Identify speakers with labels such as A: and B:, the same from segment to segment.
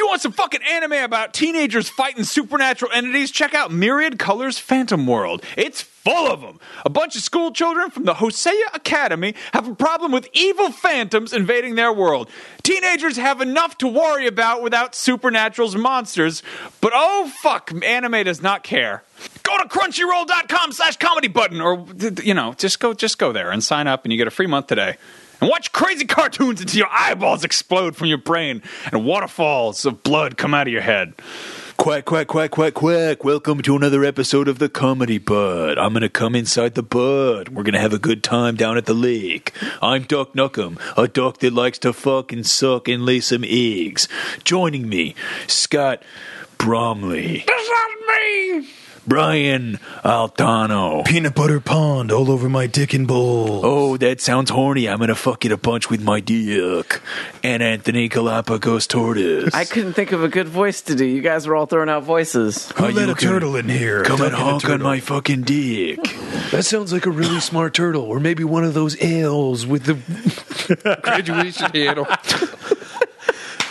A: want some fucking anime about teenagers fighting supernatural entities? Check out Myriad Colors Phantom World. It's full of them. A bunch of school children from the Hosea Academy have a problem with evil phantoms invading their world. Teenagers have enough to worry about without supernatural's monsters, but oh fuck, anime does not care. Go to crunchyroll.com slash comedy button or you know, just go just go there and sign up and you get a free month today. And watch crazy cartoons until your eyeballs explode from your brain and waterfalls of blood come out of your head.
B: Quack, quack, quack, quack, quack. Welcome to another episode of the Comedy Bud. I'm going to come inside the bud. We're going to have a good time down at the lake. I'm Duck Nuckum, a duck that likes to fuck and suck and lay some eggs. Joining me, Scott Bromley,
A: That's not me!
B: Brian Altano.
C: Peanut butter pond all over my dick and bowl.
B: Oh, that sounds horny. I'm going to fuck it a bunch with my dick. And Anthony Galapagos Tortoise.
D: I couldn't think of a good voice to do. You guys were all throwing out voices.
C: Who
B: Are
C: let
B: you
C: a
B: gonna
C: turtle in here?
B: Come and
C: Duck in a
B: honk on
C: turtle.
B: my fucking dick.
E: That sounds like a really smart turtle, or maybe one of those ales with the graduation handle.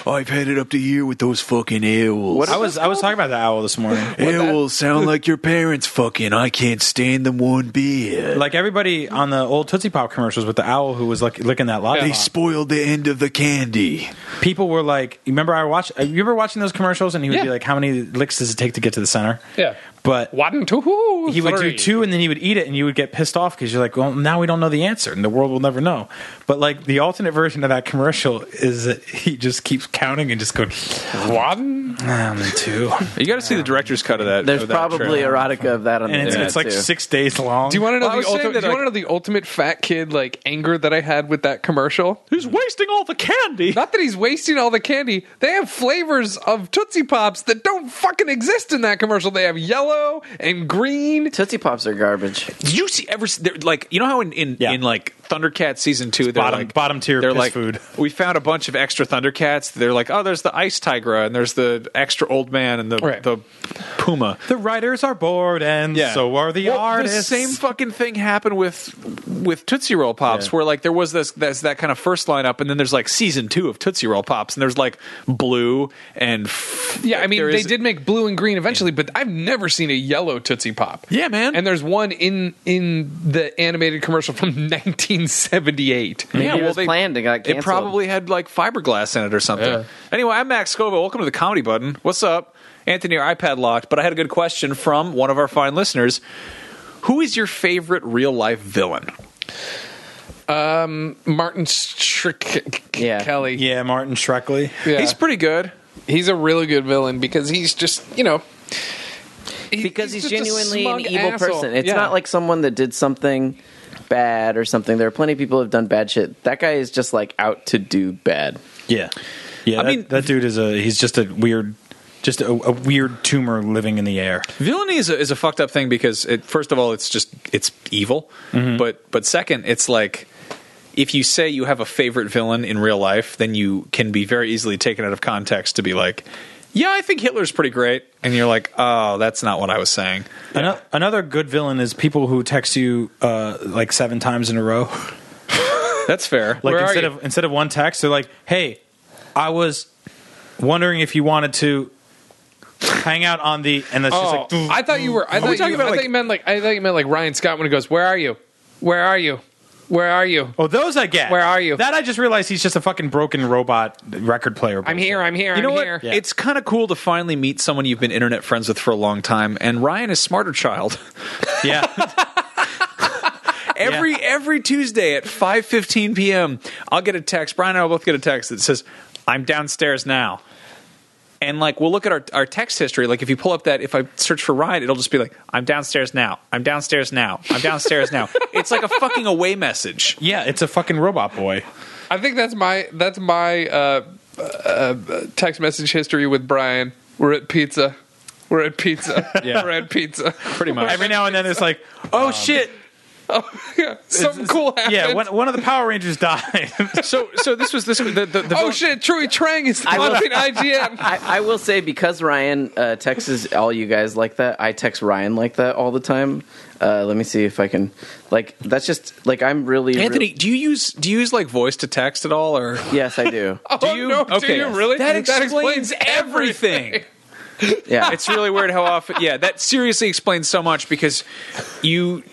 B: I've had it up to here with those fucking owls.
F: I was I was talking about the owl this morning.
B: Owls sound like your parents fucking. I can't stand them one bit.
F: Like everybody on the old Tootsie Pop commercials with the owl who was like licking that lollipop.
B: they spoiled the end of the candy.
F: People were like, you remember I watched? uh, You ever watching those commercials? And he would
G: Yeah.
F: be like, "How many licks does it take to get to the center?"
G: Yeah.
F: But
G: One, two,
F: he would do
G: three.
F: two, and then he would eat it, and you would get pissed off because you're like, "Well, now we don't know the answer, and the world will never know." But like the alternate version of that commercial is that he just keeps counting and just going
G: One.
F: and then two,
A: You gotta see the director's cut of that.
D: There's
A: of that
D: probably
A: trailer.
D: erotica of that on the
F: and it's,
D: internet
F: it's like
D: too.
F: six days long.
G: Do you want to know
A: Well, I was
G: the
A: saying
G: ultimate?
A: that,
G: do you want to
A: like-
G: know the ultimate fat kid like anger that I had with that commercial?
A: Who's wasting all the candy?
G: Not that he's wasting all the candy. They have flavors of Tootsie Pops that don't fucking exist in that commercial. They have yellow and green.
D: Tootsie Pops are garbage.
A: Did you see ever see- they're like you know how in in,
F: Yeah.
A: in like Thundercats season two they're
F: bottom-
A: like
F: bottom tier
A: they're
F: piss
A: like
F: food.
A: we found a bunch of extra Thundercats they're like oh there's the ice tigra and there's the extra old man and the
G: Right.
A: the puma
F: the writers are bored, and so are the
A: Well,
F: artists.
A: The same fucking thing happened with with Tootsie Roll Pops, where like there was this that's that kind of first lineup, and then there's like season two of Tootsie Roll Pops, and there's like blue and f-
G: Yeah, I mean
A: there
G: they
A: is-
G: did make blue and green eventually, but I've never seen a yellow Tootsie Pop.
A: Yeah, man.
G: And there's one in in the animated commercial from 1978.
D: Maybe
A: Yeah,
D: it
A: well,
D: was
A: they-
D: planned and got
A: It
D: canceled.
A: probably had like fiberglass in it or something.
G: Yeah.
A: Anyway, I'm Max Scoville. Welcome to the Comedy Button. What's up, Anthony? Your iPad locked, but I had a good question from one of our fine listeners. Who is your favorite real life villain?
G: Um, Martin Strick
D: Yeah.
G: Kelly.
F: yeah, Martin Shrekley.
G: Yeah.
A: He's pretty good.
G: He's a really good villain because he's just you know he-
D: because he's,
G: just a
D: genuinely an
G: smug
D: evil
G: asshole.
D: person. It's
G: Yeah.
D: not like someone that did something bad or something. There are plenty of people who have done bad shit. That guy is just like out to do bad.
F: Yeah, yeah.
A: I
F: I
A: mean-
F: mean, that dude is a he's just a weird, just a, a weird tumor living in the air.
A: Villainy is a, is a fucked up thing because it, first of all, it's just it's evil, but but second, it's like if you say you have a favorite villain in real life, then you can be very easily taken out of context to be like, yeah, I think Hitler's pretty great, and you're like, oh, that's not what I was saying.
F: Ano- another good villain is people who text you uh, like seven times in a row.
A: That's fair.
F: Like
G: Where are
F: instead
G: you?
F: of instead of one text, they're like, "Hey, I was wondering if you wanted to hang out on the," and it's
G: Oh,
F: just like,
G: I thought you were. I thought, you,
A: talking about,
G: I thought
A: like-
G: you meant like I thought you meant like Ryan Scott when he goes, "Where are you? Where are you? Where are you?
F: "Oh, those I get."
G: Where are you?
F: That I just realized he's just a fucking broken robot record player.
G: I'm
F: bullshit.
G: here. I'm here.
A: you know
G: I'm
A: what?
G: here."
F: Yeah.
A: It's kind of cool to finally meet someone you've been internet friends with for a long time, and Ryan is smarter child.
F: Yeah,
A: Every every Tuesday at five fifteen p.m., I'll get a text. Brian and I will both get a text that says, "I'm downstairs now." And like we'll look at our, our text history. Like if you pull up that, if I search for Ryan, it'll just be like, "I'm downstairs now. I'm downstairs now. I'm downstairs now." it's like a fucking away message.
F: yeah. It's a fucking robot boy.
G: I think that's my that's my uh, uh, text message history with Brian. We're at pizza. We're at pizza.
F: Yeah.
G: We're at pizza.
A: Pretty much.
F: Every now and then it's like, "Oh shit."
G: Something cool happened.
F: Yeah, one, one of the Power Rangers died.
A: So, so this was this. The, the, the
G: oh
A: vil-
G: shit, Truey Trang is the
D: I will-
G: fucking IGN.
D: I, I will say because Ryan uh, texts all you guys like that, I text Ryan like that all the time. Uh, let me see if I can. Like that's just like I'm really real-
A: Anthony, do you use do you use like voice to text at all, or
D: yes, I do.
G: Oh
A: Do you-
G: no, do
A: okay.
G: you really?
A: That explains everything.
D: Yeah,
A: it's really weird how often yeah that seriously explains so much because you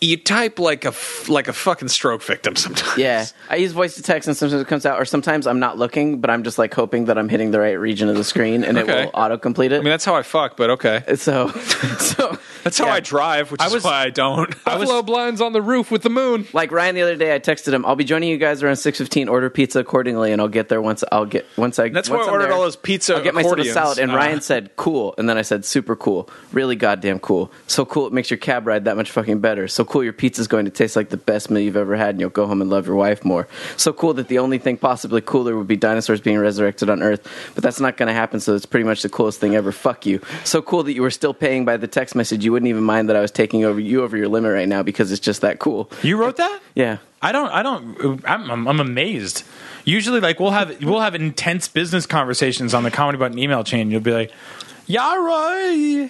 A: you type like a f- like a fucking stroke victim sometimes
D: yeah. I use voice to text, and sometimes it comes out, or sometimes I'm not looking, but I'm just like hoping that I'm hitting the right region of the screen, and
A: Okay.
D: it will auto complete
A: i
D: it.
A: mean that's how i fuck but okay
D: so, so
A: that's how
D: yeah.
A: i drive which is
F: was-
A: why i don't
G: Buffalo blinds on the roof with the moon.
D: like Ryan the other day, I texted him, "I'll be joining you guys around six fifteen. Order pizza accordingly, and I'll get there once I'll get once I."
A: That's why
D: once
A: I
D: I'm
A: ordered
D: there,
A: all those pizza
D: I'll get myself a
A: accordions.
D: salad, and
A: Uh.
D: Ryan said, "Cool," and then I said, "Super cool, really goddamn cool, so cool it makes your cab ride that much fucking better. So cool, your pizza's going to taste like the best meal you've ever had, and you'll go home and love your wife more. So cool that the only thing possibly cooler would be dinosaurs being resurrected on Earth, but that's not going to happen. So it's pretty much the coolest thing ever. Fuck you. So cool that you were still paying by the text message. You wouldn't even mind that I was taking over you over your limit right now because it's just that cool.
F: you wrote that?
D: Yeah."
F: I don't. I don't. I'm, I'm, I'm amazed. Usually, like we'll have we'll have intense business conversations on the comedy button email chain. You'll be like, "Yeah, right."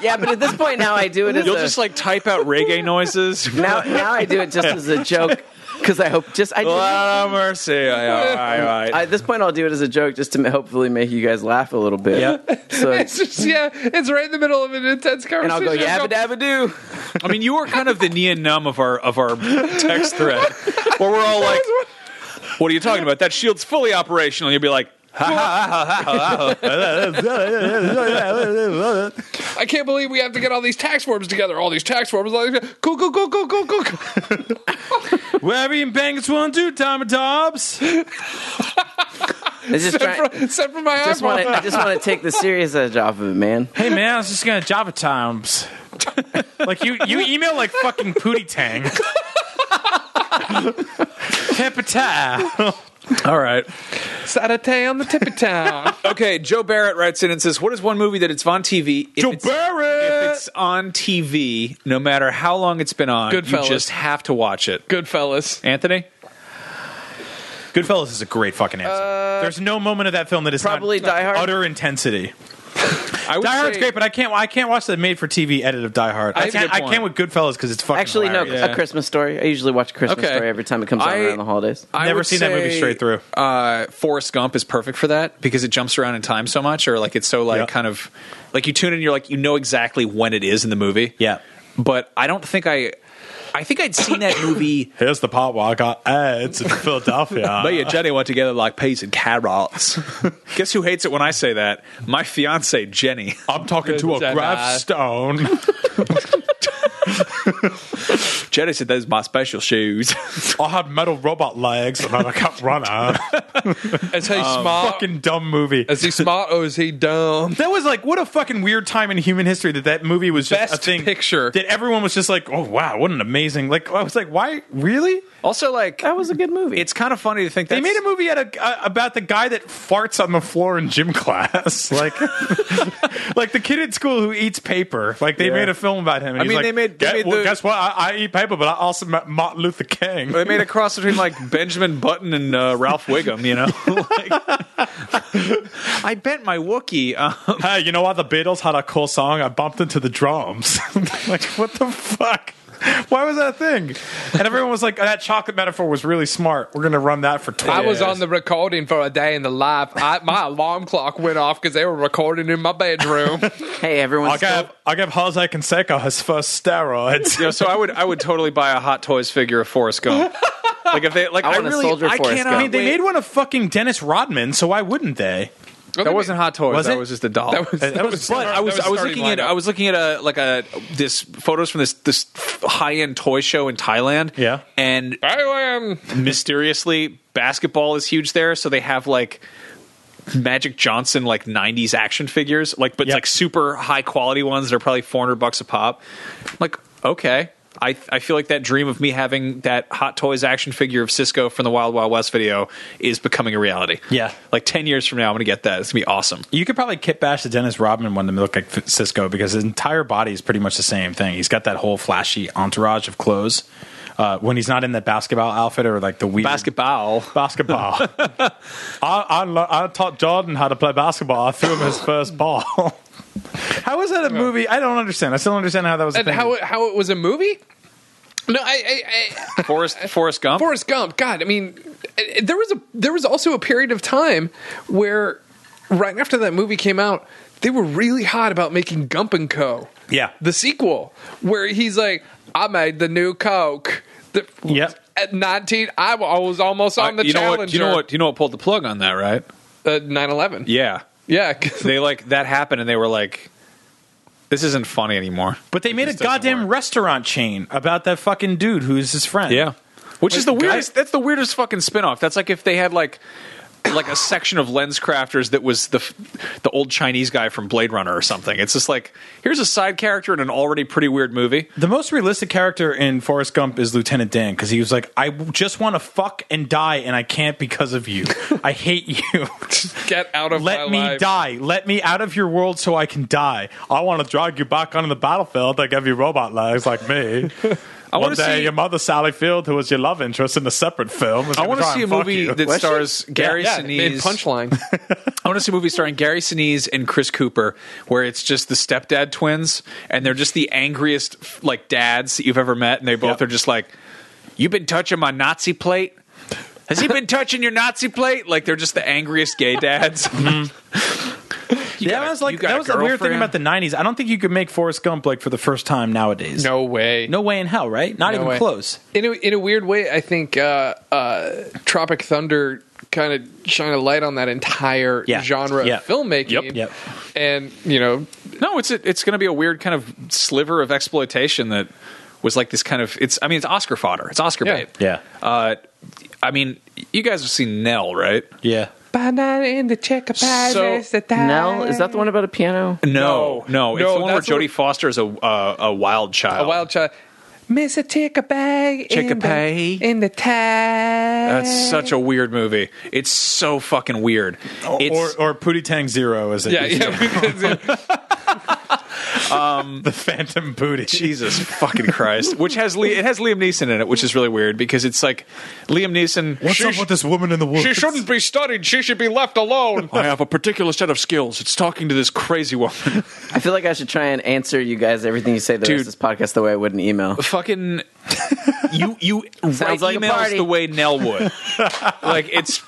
D: Yeah, but at this point now I do it as
A: you'll
D: a,
A: just like type out reggae noises
D: now now I do it just as a joke because I hope just I do,
A: oh mercy I- I- I- I-
D: I- at this point I'll do it as a joke just to ma- hopefully make you guys laugh a little bit. So
G: It's just yeah, it's right in the middle of an intense
D: and
G: conversation.
D: I'll go yabba dabba doo.
A: I mean you are kind of the Nia Num of our of our text thread where we're all like what are you talking about that shield's fully operational you'll be like
G: I can't believe we have to get all these tax forms together. All these tax forms. All these, cool, cool, cool, cool, cool, cool. cool.
F: Wherever you bang, it's one, two, time and tops.
D: I just try,
G: Except for, except for my
D: just
G: eyeball.
D: want to I just want to take the serious edge off of it, man.
F: Hey man, I was just gonna Java times. like you, you email like fucking Pootie Tang. Hepata.
A: all right
G: Saturday on the tippy town.
A: okay Joe Barrett writes in and says what is one movie that it's on TV if
F: Joe
A: it's-
F: Barrett.
A: if it's on TV, no matter how long it's been on, you
G: Goodfellas.
A: just have to watch it.
G: Goodfellas.
A: Anthony,
F: Goodfellas is a great fucking answer. There's no moment of that film that is
D: Probably
F: not
D: Die Hard.
F: utter intensity.
A: I would
F: Die Hard's
A: say-
F: great, but I can't. I can't watch the made-for-TV edit of Die Hard. I
A: That's a
F: can't,
A: good
F: I
A: point.
F: can't with Goodfellas because it's fucking.
D: Actually, no,
F: hilarious.
D: a Christmas story. I usually watch a Christmas
A: Okay.
D: story every time it comes out
A: I-
D: around the holidays.
A: I
F: Never
A: would
F: seen that movie
A: say,
F: straight through.
A: Uh, Forrest Gump is perfect for that because it jumps around in time so much, or like it's so like
F: Yeah.
A: kind of like you tune in, you're like you know exactly when it is in the movie.
F: Yeah.
A: but I don't think I. I think I'd seen that movie.
F: Here's the part where I got ads in Philadelphia.
A: Me and Jenny went together like peas and carrots. Guess who hates it when I say that? My fiance Jenny.
F: I'm talking to a
G: Jenna.
F: gravestone.
A: Jenny said those are my special shoes.
F: I had metal robot legs and I'm a cup runner.
G: Is he smart?
F: fucking dumb movie.
G: Um, is he smart or is he dumb?
F: That was like what a fucking weird time in human history that that movie was just
G: Best
F: a thing.
G: picture.
F: that everyone was just like, oh wow, what an amazing like. I was like, why really?
A: also, like
D: That was a good movie.
A: it's kind of funny to think
F: They
A: that's-
F: made a movie at a, uh, about the guy that farts on the floor in gym class, like like the kid at school who eats paper. Like they made a film about him. And
A: I
F: he's
A: mean,
F: like,
A: they made- they
F: "Gu-
A: made
F: well,
A: the-
F: guess what? I, I eat paper, but I also met Martin Luther King.
A: They made a cross between like Benjamin Button and uh, Ralph Wiggum, you know. Like, I bent my Wookiee.
F: uh,
A: Um,
F: hey, you know what? The Beatles had a cool song. I bumped into the drums. like, what the fuck? Why was that a thing? And everyone was like, that chocolate metaphor was really smart. We're going to run that for 20
G: I was
F: years."
G: on the recording for a day in the life. I, my alarm clock went off because they were recording in my bedroom.
D: hey, everyone's
F: I
D: still,
F: gave, I gave Jose Canseco his first steroids.
A: you know, so I would I would totally buy a Hot Toys figure of Forrest Gump. Like if they like I,
D: I want a
A: really
D: soldier
A: I
D: Forrest
A: cannot.
D: Gump.
F: I mean, they made one of fucking Dennis Rodman, so why wouldn't they?
A: that wasn't Hot Toys.
F: Was
A: that
F: it?
A: was just a doll.
G: That was,
F: That was-
A: but I was,
G: that
A: I was
G: starting
A: looking at
G: lineup.
A: I was looking at a like a this photos from this this high end toy show in Thailand.
F: Yeah.
A: and
G: I win.
A: mysteriously basketball is huge there so they have like magic johnson like 90s action figures like but
F: Yep.
A: like super high quality ones that are probably 400 bucks a pop I'm like okay I I feel like that dream of me having that Hot Toys action figure of Cisco from the Wild Wild West video is becoming a reality.
F: Yeah.
A: like ten years from now, I'm gonna get that. It's gonna be awesome.
F: You could probably kit bash the Dennis Rodman one to look like F- Cisco because his entire body is pretty much the same thing. He's got that whole flashy entourage of clothes. Uh, when he's not in that basketball outfit or like the weird
A: Basketball.
F: basketball. I, I, lo- I taught Jordan how to play basketball. I threw him his first ball. how is that a movie? I don't understand. I still don't understand how that was. a
G: And
F: thing.
G: how it, how it was a movie? No, I, I, I
A: Forrest Forrest
F: Um,
A: Gump.
G: Forrest Gump. God, I mean, eh, there was a there was also a period of time where right after that movie came out, they were really hot about making Gump and Co.
F: Yeah.
G: the sequel where he's like, "I made the new Coke." The,
F: Yep.
G: At nineteen, I was almost on the
A: Uh, you know
G: Challenger. Uh,
A: what? You know what? You know what pulled the plug on that, right?
G: Nine eleven.
A: Yeah,
G: Yeah, 'cause-
A: they like that happened, and they were like, "This isn't funny anymore."
F: But they made a
A: just doesn't
F: goddamn
A: work.
F: restaurant chain about that fucking dude who's his friend.
A: Yeah. Which is the
F: guys-
A: weirdest that's the weirdest fucking spin-off. That's like if they had like like a section of lens crafters that was the f- the old Chinese guy from Blade Runner or something. It's just like here's a side character in an already pretty weird movie.
F: The most realistic character in Forrest Gump is Lieutenant Dan because he was like, I just want to fuck and die, and I can't because of you. I hate you.
G: get out of
F: Let
G: my
F: me
G: life.
F: die. Let me out of your world so I can die. I want to drag you back onto the battlefield like every robot legs like me. One
A: wanna
F: day,
A: see-
F: your mother Sally Field, who was your love interest in a separate film,
A: I want to see a movie that stars Gary
G: Yeah,
A: Sinise.
G: in punchline.
A: I want to see a movie starring Gary Sinise and Chris Cooper, where it's just the stepdad twins, and they're just the angriest like dads that you've ever met, and they both
F: Yep.
A: are just like, "You've been touching my Nazi plate." Has he been touching your Nazi plate? Like they're just the angriest gay dads. You
F: Mm-hmm. That
A: got a-
F: was like
A: you got
F: that
A: a
F: was the weird thing
A: girlfriend?
F: about the '90s. I don't think you could make Forrest Gump like for the first time nowadays.
G: no way.
F: no way in hell, right? Not
G: No
F: even
G: way.
F: close.
G: In a, in a weird way, I think uh, uh, Tropic Thunder kind of shine a light on that entire
F: Yeah.
G: genre
F: Yeah.
G: of filmmaking.
A: Yep.
F: Yep.
G: And you know,
A: No, it's it's going to be a weird kind of sliver of exploitation that was like this kind of it's. I mean, it's Oscar fodder. It's Oscar
G: Yeah.
A: bait.
F: Yeah.
A: Uh, I mean, you guys have seen Nell, right?
F: Yeah.
H: Banana in the checker pie.
A: So-
H: there's the
D: Nell, is that the one about a piano?
A: No, no, it's
G: No,
A: the one where
G: that's the
A: Jodie
G: one-
A: Foster is a uh, a wild child.
G: a wild child.
H: Miss a checker bag. in
A: Checker
H: the-
A: pie.
H: In the tag.
A: That's such a weird movie. It's so fucking weird. It's
F: or or Pootie Tang Zero is it?
G: Yeah, yeah.
F: the Phantom Booty.
A: Jesus fucking Christ. Which has Lee, it has Liam Neeson in it, which is really weird because it's like Liam Neeson.
F: What's up with this woman in the woods?
G: she shouldn't be studied. She should be left alone.
A: I have a particular set of skills. It's talking to this crazy woman.
D: I feel like I should try and answer you guys everything you say the
A: Dude.
D: rest of this podcast the way I would an email.
A: fucking you you write
D: like a
A: emails
D: party.
A: the way Nell would. like it's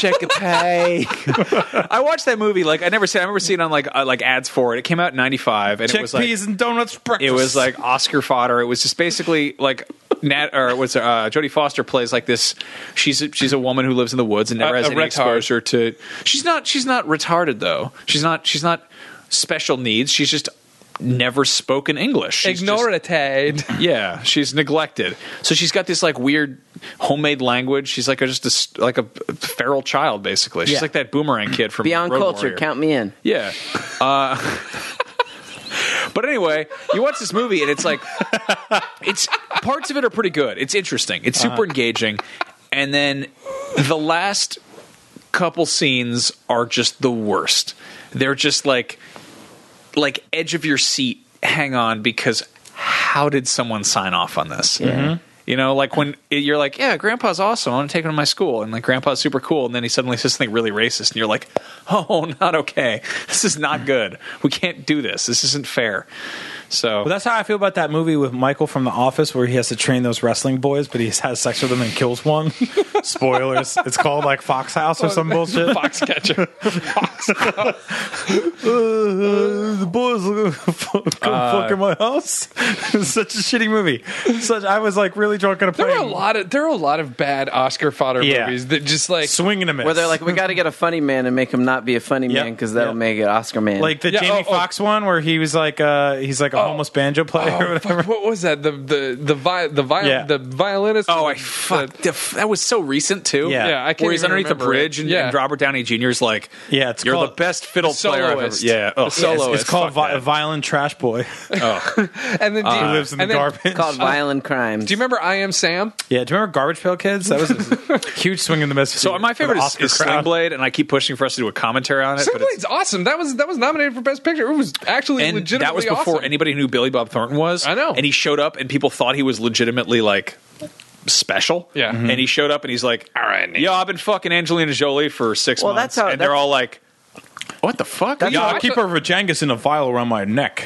A: check a pay. I watched that movie. Like I never seen. I remember seeing it on like uh, like ads for it. It came out in '95, and it was like
F: and donuts breakfast.
A: it was like Oscar fodder. It was just basically like Nat or it was uh, Jodie Foster plays like this. She's a, she's a woman who lives in the woods and never
G: A-
A: has
G: a
A: any
G: retard.
A: exposure to. She's not she's not retarded though. She's not she's not special needs. She's just never spoken English. She's just-
G: Ignorated.
A: yeah, she's neglected. So she's got this like weird homemade language. She's like a, just a s like a feral child basically. She's
F: Yeah.
A: like that boomerang kid from
D: Beyond
A: Road
D: culture,
A: Warrior.
D: count me in.
A: Yeah. Uh, but anyway, you watch this movie and it's like, it's parts of it are pretty good. It's interesting. It's super engaging, and then the last couple scenes are just the worst. They're just like, like edge of your seat. Hang on, because how did someone sign off on this? You know, like when you're like, yeah, grandpa's awesome. I want to take him to my school. And like, grandpa's super cool. And then he suddenly says something really racist. And you're like, oh, not okay. This is not good. We can't do this. This isn't fair. So
F: Well, that's how I feel about that movie with Michael from The Office, where he has to train those wrestling boys, but he has sex with them and kills one. Spoilers. It's called like Fox House or some bullshit.
G: Foxcatcher.
F: Uh, the boys Uh, will go fuck, go fuck in my house. It's Such a shitty movie. Such I was like really really drunk on a plane.
G: There are a lot of there are a lot of bad Oscar fodder
F: Yeah.
G: movies that just like
F: swinging a miss.
D: Where they're like, we got to get a funny man and make him not be a funny man
F: Yep,
D: man because that'll
F: yep.
D: make it Oscar man.
F: like the
G: Yeah,
F: Jamie
G: oh, oh.
F: Foxx one where he was like, uh, he's like a homeless banjo player or
G: oh,
F: whatever.
G: fuck, what was that? The the the vi- the vi-
F: Yeah.
G: the violinist.
A: Oh, I
G: the-
A: fuck. the f- that was so recent too.
F: Yeah.
G: Yeah, I can't
A: Where he's
G: even
A: underneath the
G: remember it.
A: bridge, and,
G: Yeah.
A: and Robert Downey Jr. is like,
F: Yeah, it's
A: you're
F: called-
A: the best fiddle
G: The
A: player I've ever."
G: soloist.
A: Yeah, oh,
G: The soloist.
F: It's, it's called
A: Fuck
F: vi- Violent Trash Boy.
G: and then do you,
F: Uh, Who lives in the
G: and then-
F: garbage.
D: called violent crimes.
G: Do you remember I Am Sam?
F: yeah, do you remember Garbage Pail Kids? That was a huge swing in the miss.
A: So my favorite is,
F: Oscar
A: is Sling
F: crowd.
A: Blade, and I keep pushing for us to do a commentary on it.
G: Sling
A: but it's-
G: Blade's awesome. That was that was nominated for Best Picture. It was actually
A: and
G: legitimately
A: that was before
G: awesome.
A: anybody knew who Billy Bob Thornton was.
G: I know.
A: And he showed up, and people thought he was legitimately like special.
G: Yeah. Mhm.
A: And he showed up, and he's like, "All right, yeah, I've been fucking Angelina Jolie for six
D: Well,
A: months,"
D: that's how-
A: and they're
D: that's-
A: all like, "What the fuck?"
F: Yeah,
A: Yeah,
F: I keep a Vajangus in a vial around my neck.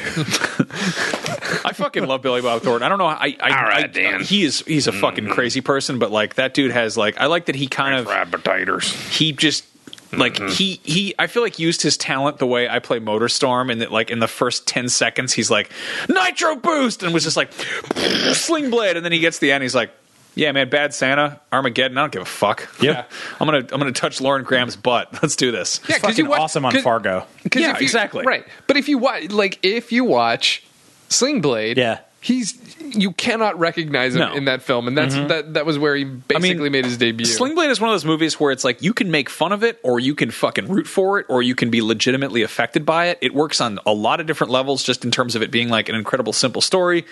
A: I fucking love Billy Bob Thornton. I don't know. I, I,
I: All right,
A: I-
I: Dan. Mm-hmm.
A: he is he's a fucking crazy person, but like that dude has like I like that he kind of
I: fried potatoes.
A: he just like
I: Mm-hmm.
A: he he I feel like used his talent the way I play Motor Storm and that like in the first 10 seconds he's like Nitro Boost and was just like Sling Blade and then he gets to the end he's like yeah man bad Santa Armageddon I don't give a fuck yeah I'm going to I'm going to touch Lauren Graham's butt let's do this
G: Yeah, because you
F: Fucking
G: watch,
F: awesome on
G: 'cause-
F: Fargo.
G: 'cause
A: Yeah,
G: if you-
A: exactly.
G: Right, but if you watch, like, if you watch Sling Blade,
F: Yeah.
G: he's you cannot recognize him
A: No. Mm-hmm.
G: in that film, and that's that that was where he basically made his debut.
A: Sling Blade is one of those movies where it's like you can make fun of it, or you can fucking root for it, or you can be legitimately affected by it. It works on a lot of different levels, just in terms of it being like an incredible simple story,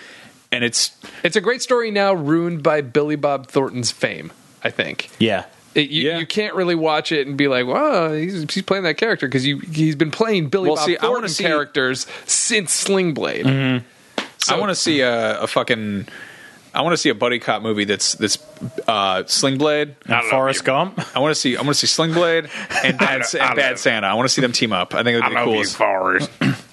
A: and it's
G: It's a great story now, ruined by Billy Bob Thornton's fame. I think
F: Yeah.
G: It- you,
A: Yeah.
G: you can't really watch it and be like, "Wow, he's, he's playing that character" because you he's been playing Billy
A: Well,
G: Bob
A: see, I wanna
G: Thornton
A: see-
G: characters since Sling Blade.
A: I want to see a, a fucking. I want to see a buddy cop movie that's that's uh, Sling Blade.
F: And Forrest Gump.
A: I want to see I want to see Sling Blade and Bad, Sa-
I: I
A: and Bad
I: love-
A: Santa. I want to see them team up. I think it
I: I
A: would be
I: love
A: cool.
I: you, Forrest.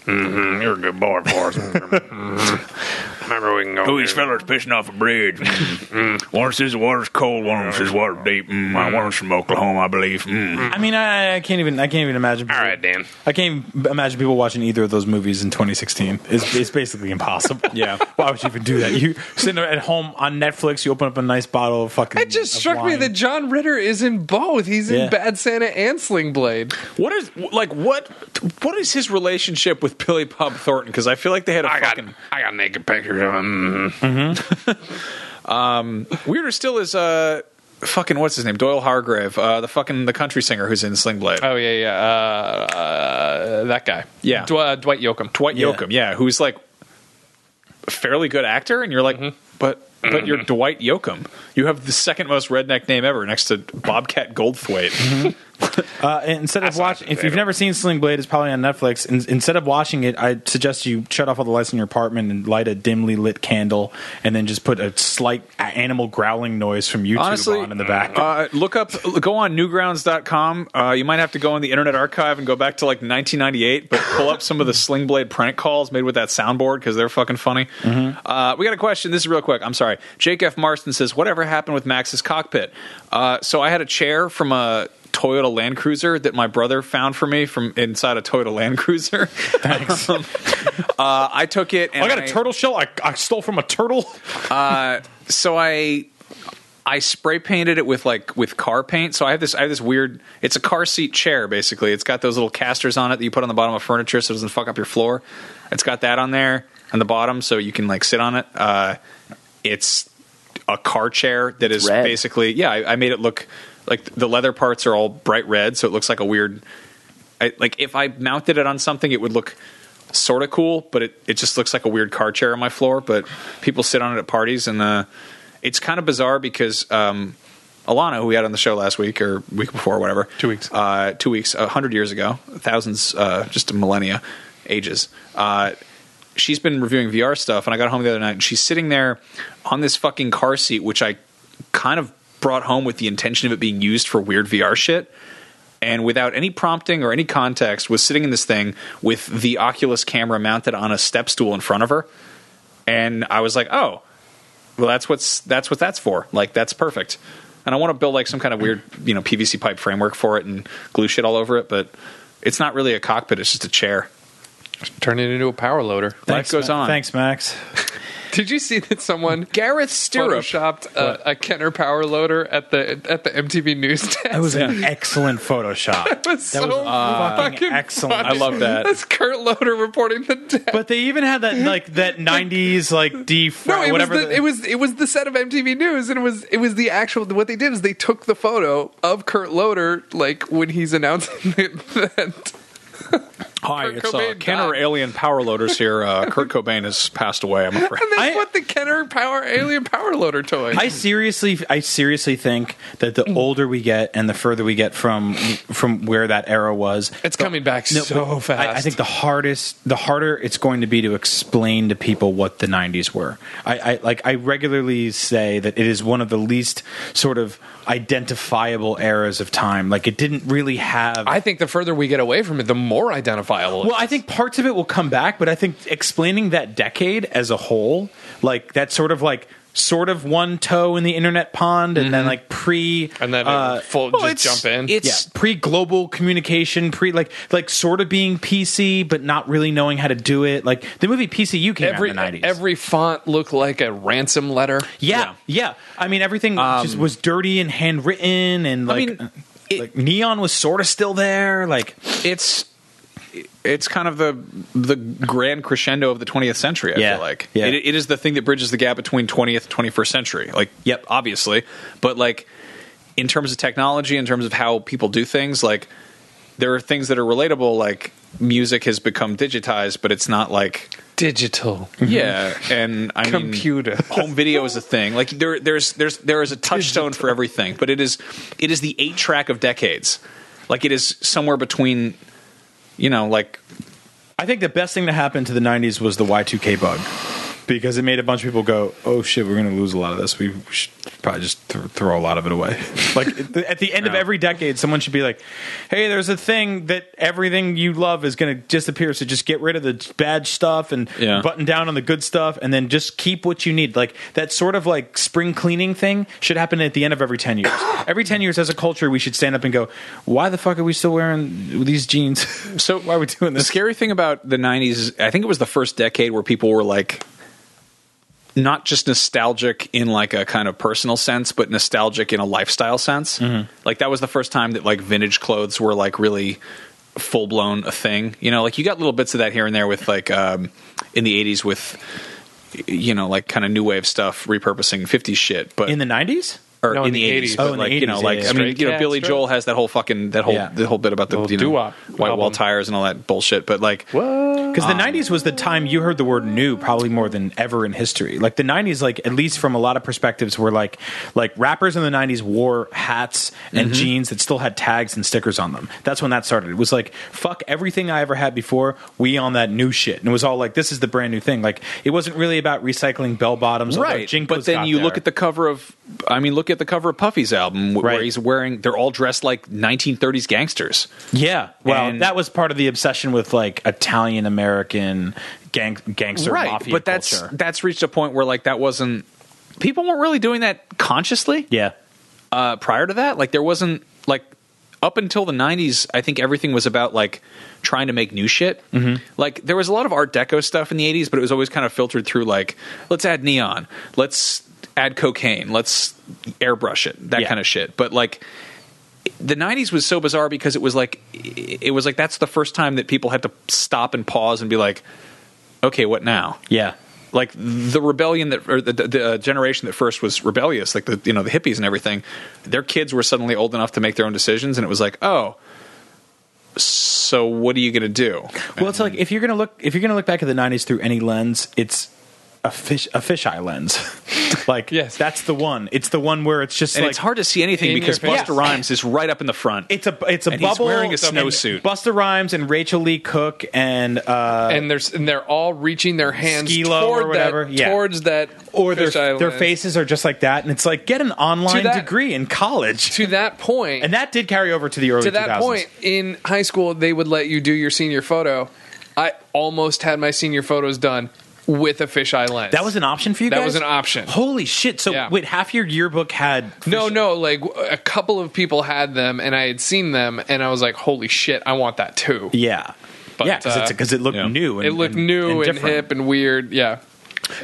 I: hmm You're a good boy, Forrest. Mhm. Remember, we can go.
B: These fellas pissing off a bridge. Mm. One says the water's cold, one says the water's deep. Mm. I want from Oklahoma, I believe. Mm.
F: I mean, I, I can't even. I can't even imagine.
I: All right, Dan.
F: I can't even imagine people watching either of those movies in 2016. It's, it's basically impossible.
A: Yeah.
F: Why would you even do that? You sitting there at home on Netflix, you open up a nice bottle of fucking.
G: It just
F: of
G: struck me
F: wine.
G: that John Ritter is in both. He's
F: Yeah.
G: in Bad Santa and Sling Blade.
A: What is like what what is his relationship with Billy Bob Thornton? Because I feel like they had a
I: I got,
A: fucking
I: I got naked pictures of him. Mhm.
A: Weirder still is uh fucking what's his name Doyle Hargrave, uh, the fucking the country singer who's in Sling Blade.
G: Oh yeah, yeah, uh, uh, that guy.
A: Yeah.
G: Dw- uh, Dwight Yoakam.
A: Dwight Yoakam, yeah, who's like a fairly good actor, and you're like, but but you're Dwight Yoakam. You have the second most redneck name ever, next to Bobcat Goldthwait.
F: Uh, and instead of
I: That's not
F: watching, if you've
I: debatable.
F: never seen Sling Blade, it's probably on Netflix. In, instead of watching it, I suggest you shut off all the lights in your apartment and light a dimly lit candle, and then just put a slight a- animal growling noise from YouTube
A: Honestly,
F: on in the back.
A: Uh, look up, go on newgrounds.com. Uh, you might have to go on the Internet Archive and go back to like 1998, but pull up some of the Sling Blade prank calls made with that soundboard because they're fucking funny.
F: Mm-hmm.
A: Uh, we got a question. This is real quick. I'm sorry. Jake F. Marston says, Whatever happened with Max's cockpit? Uh, so I had a chair from a. Toyota Land Cruiser that my brother found for me from inside a Toyota Land Cruiser. Thanks. um, uh, I took it. And
F: Oh, I got a turtle shell. I, I stole from a turtle.
A: so I I spray painted it with like with car paint. So I have this I have this weird it's a car seat chair basically. It's got those little casters on it that you put on the bottom of furniture so it doesn't fuck up your floor. It's got that on there on the bottom so you can like sit on it. Uh it's a car chair that is
D: red.
A: basically yeah, I, I made it look like the leather parts are all bright red so it looks like a weird I, like if I mounted it on something, it would look sort of cool, but it, it just looks like a weird car chair on my floor. But people sit on it at parties, and uh, it's kind of bizarre because um, Alana, who we had on the show last week or week before, whatever,
G: Two weeks.
A: uh, two weeks, a hundred years ago, thousands, uh, just a millennia, ages. Uh, she's been reviewing VR stuff, and I got home the other night, and she's sitting there on this fucking car seat, which I kind of brought home with the intention of it being used for weird VR shit and without any prompting or any context was sitting in this thing with the Oculus camera mounted on a step stool in front of her and I was like, "Oh, well that's what's that's what that's for. Like that's perfect." And I want to build like some kind of weird, you know, PVC pipe framework for it and glue shit all over it, but it's not really a cockpit, it's just a chair.
G: Turn it into a power loader.
A: Life goes
F: Ma-
A: on.
F: Thanks, Max.
G: Did you see that someone
A: Gareth Stirrup.
G: photoshopped uh, a, a Kenner power loader at the at the MTV news desk?
F: That was an excellent Photoshop.
G: That's
F: That
G: so
F: was fucking
G: fucking
F: excellent.
G: funny.
A: I love that.
G: That's Kurt Loder reporting the death.
F: But they even had that like that '90s like D
G: no, it
F: whatever.
G: was the,
F: the-
G: it was it was the set of MTV News, and it was it was the actual. What they did is they took the photo of Kurt Loder, like when he's announcing the event.
A: Hi,
G: Kurt
A: it's uh,
G: Cobain
A: Kenner
G: died.
A: Alien Power Loaders here. Uh, Kurt Cobain has passed away. I'm afraid.
G: And they
F: I-
G: put the Kenner Power Alien Power Loader toy.
F: I seriously, I seriously think that the older we get and the further we get from from where that era was,
G: it's coming back
F: No,
G: so
F: but
G: fast.
F: I, I think the hardest, the harder it's going to be to explain to people what the '90s were. I, I like. I regularly say that it is one of the least sort of identifiable eras of time. Like it didn't really have.
G: I think the further we get away from it, the more identifiable. it
F: well,
G: is.
F: I think parts of it will come back, but I think explaining that decade as a whole, like that sort of like sort of one toe in the internet pond, and then like pre
G: Mm-hmm. and then
F: uh,
G: uh, full just jump in.
F: it's pre global communication, pre like like sort of being PC but not really knowing how to do it. Like the movie PCU came
G: every
F: out in the nineties.
G: every font looked like a ransom letter.
F: yeah, yeah, I mean everything just was dirty and handwritten, and like,
A: Um, mean,
F: uh,
A: it-
F: like neon was sort of still there. Like
A: it's it's kind of the the grand crescendo of the 20th century. I
F: Yeah.
A: feel like
F: Yeah.
A: it, it is the thing that bridges the gap between 20th and 21st century. Like,
F: Yep.
A: obviously, but like in terms of technology, in terms of how people do things, like there are things that are relatable. Like music has become digitized, but it's not like Mm-hmm.
G: Digital.
A: yeah, and I
G: Computer.
A: mean, home video is a thing. Like there, there's, there's, there is a touchstone for everything, but it is, it is the eight track of decades. Like it is somewhere between, you know, like
F: I think the best thing that happened to the '90s was the Y2K bug. Because it made a bunch of people go, oh shit, we're going to lose a lot of this. We should probably just th- throw a lot of it away. like at the- at the end of every decade, someone should be like, hey, there's a thing that everything you love is going to disappear. So just get rid of the bad stuff and
A: Yeah.
F: button down on the good stuff and then just keep what you need. Like that sort of like spring cleaning thing should happen at the end of every 10 years. every 10 years, as a culture, we should stand up and go, why the fuck are we still wearing these jeans?
A: so.
F: why are we doing
A: The
F: this?
A: scary thing about the '90s, I think it was the first decade where people were like, not just nostalgic in like a kind of personal sense, but nostalgic in a lifestyle sense.
F: Mm-hmm.
A: Like that was the first time that like vintage clothes were like really full blown a thing. You know, like you got little bits of that here and there with like um, in the '80s with you know like kind of new wave stuff repurposing '50s shit, but
F: In the 90s?
A: or
G: No,
A: in, the 80s, but
F: Oh, in the
A: like you know
F: 80s,
A: like
F: yeah,
A: i mean
G: yeah.
A: you know
G: Yeah,
A: billy
G: straight.
A: joel has that whole fucking that whole
F: Yeah.
A: the whole bit about the
G: Little
A: you know,
G: doo-wop
A: white wall
G: album.
A: tires and all that bullshit but like
F: Because the 90s was the time you heard the word new probably more than ever in history. Like the 90s, like at least from a lot of perspectives, were like like rappers in the 90s wore hats and jeans that still had tags and stickers on them. That's when that started. It was like fuck everything I ever had before. We on that new shit, and it was all like this is the brand new thing. Like it wasn't really about recycling bell bottoms, although Jinkos
A: but then
F: got
A: you look
F: there.
A: at the cover of i mean look at the cover of puffy's album wh- where
F: Right.
A: he's wearing they're all dressed like 1930s gangsters
F: Yeah, well,
A: And-
F: that was part of the obsession with like Italian American gang- gangster mafia
A: but that's
F: culture.
A: that's reached a point where like that wasn't people weren't really doing that consciously
F: yeah,
A: uh, prior to that, like there wasn't like up until the '90s. I think everything was about like trying to make new shit. Like there was a lot of Art Deco stuff in the '80s, but it was always kind of filtered through like let's add neon, let's add cocaine, let's airbrush it, that
F: Yeah.
A: kind of shit. But like the '90s was so bizarre because it was like it was like that's the first time that people had to stop and pause and be like, okay, what now?
F: yeah.
A: like the rebellion that or the, the, the uh, generation that first was rebellious like the you know the hippies and everything their kids were suddenly old enough to make their own decisions and it was like oh so what are you going to do
F: Well, it's like if you're gonna look if you're gonna look back at the '90s through any lens, it's a fish a fisheye lens. like
G: Yes.
F: that's the one. It's the one where it's just
A: and
F: like
A: it's hard to see anything
G: in
A: because
G: your face.
A: Buster Rhymes is right up in the front
F: It's a it's a
A: And he's
F: bubble.
A: wearing a
F: and
A: snowsuit.
F: Busta Rhymes and Rachel Lee Cook and uh,
G: and there's and they're all reaching their hands
F: Skee-Lo or
G: toward
F: whatever,
G: that
F: yeah.
G: towards that
F: or their
G: fisheye
F: their
G: lens.
F: faces are just like that, and it's like get an online
G: that-
F: degree in college.
G: to that point
F: And that did carry over to the early
G: to that
F: 2000s.
G: point in high school they would let you do your senior photo i almost had my senior photos done with a fisheye lens
F: That was an option for you
G: That
F: guys.
G: was an option.
F: Holy shit! So
G: Yeah.
F: wait, half your yearbook had
G: no no like a couple of people had them and i had seen them and i was like holy shit i want that too
F: yeah,
G: But,
F: yeah, because
G: uh,
F: it looked
A: yeah.
F: new. And,
G: it looked
F: and-
G: new and,
F: different.
G: hip and weird yeah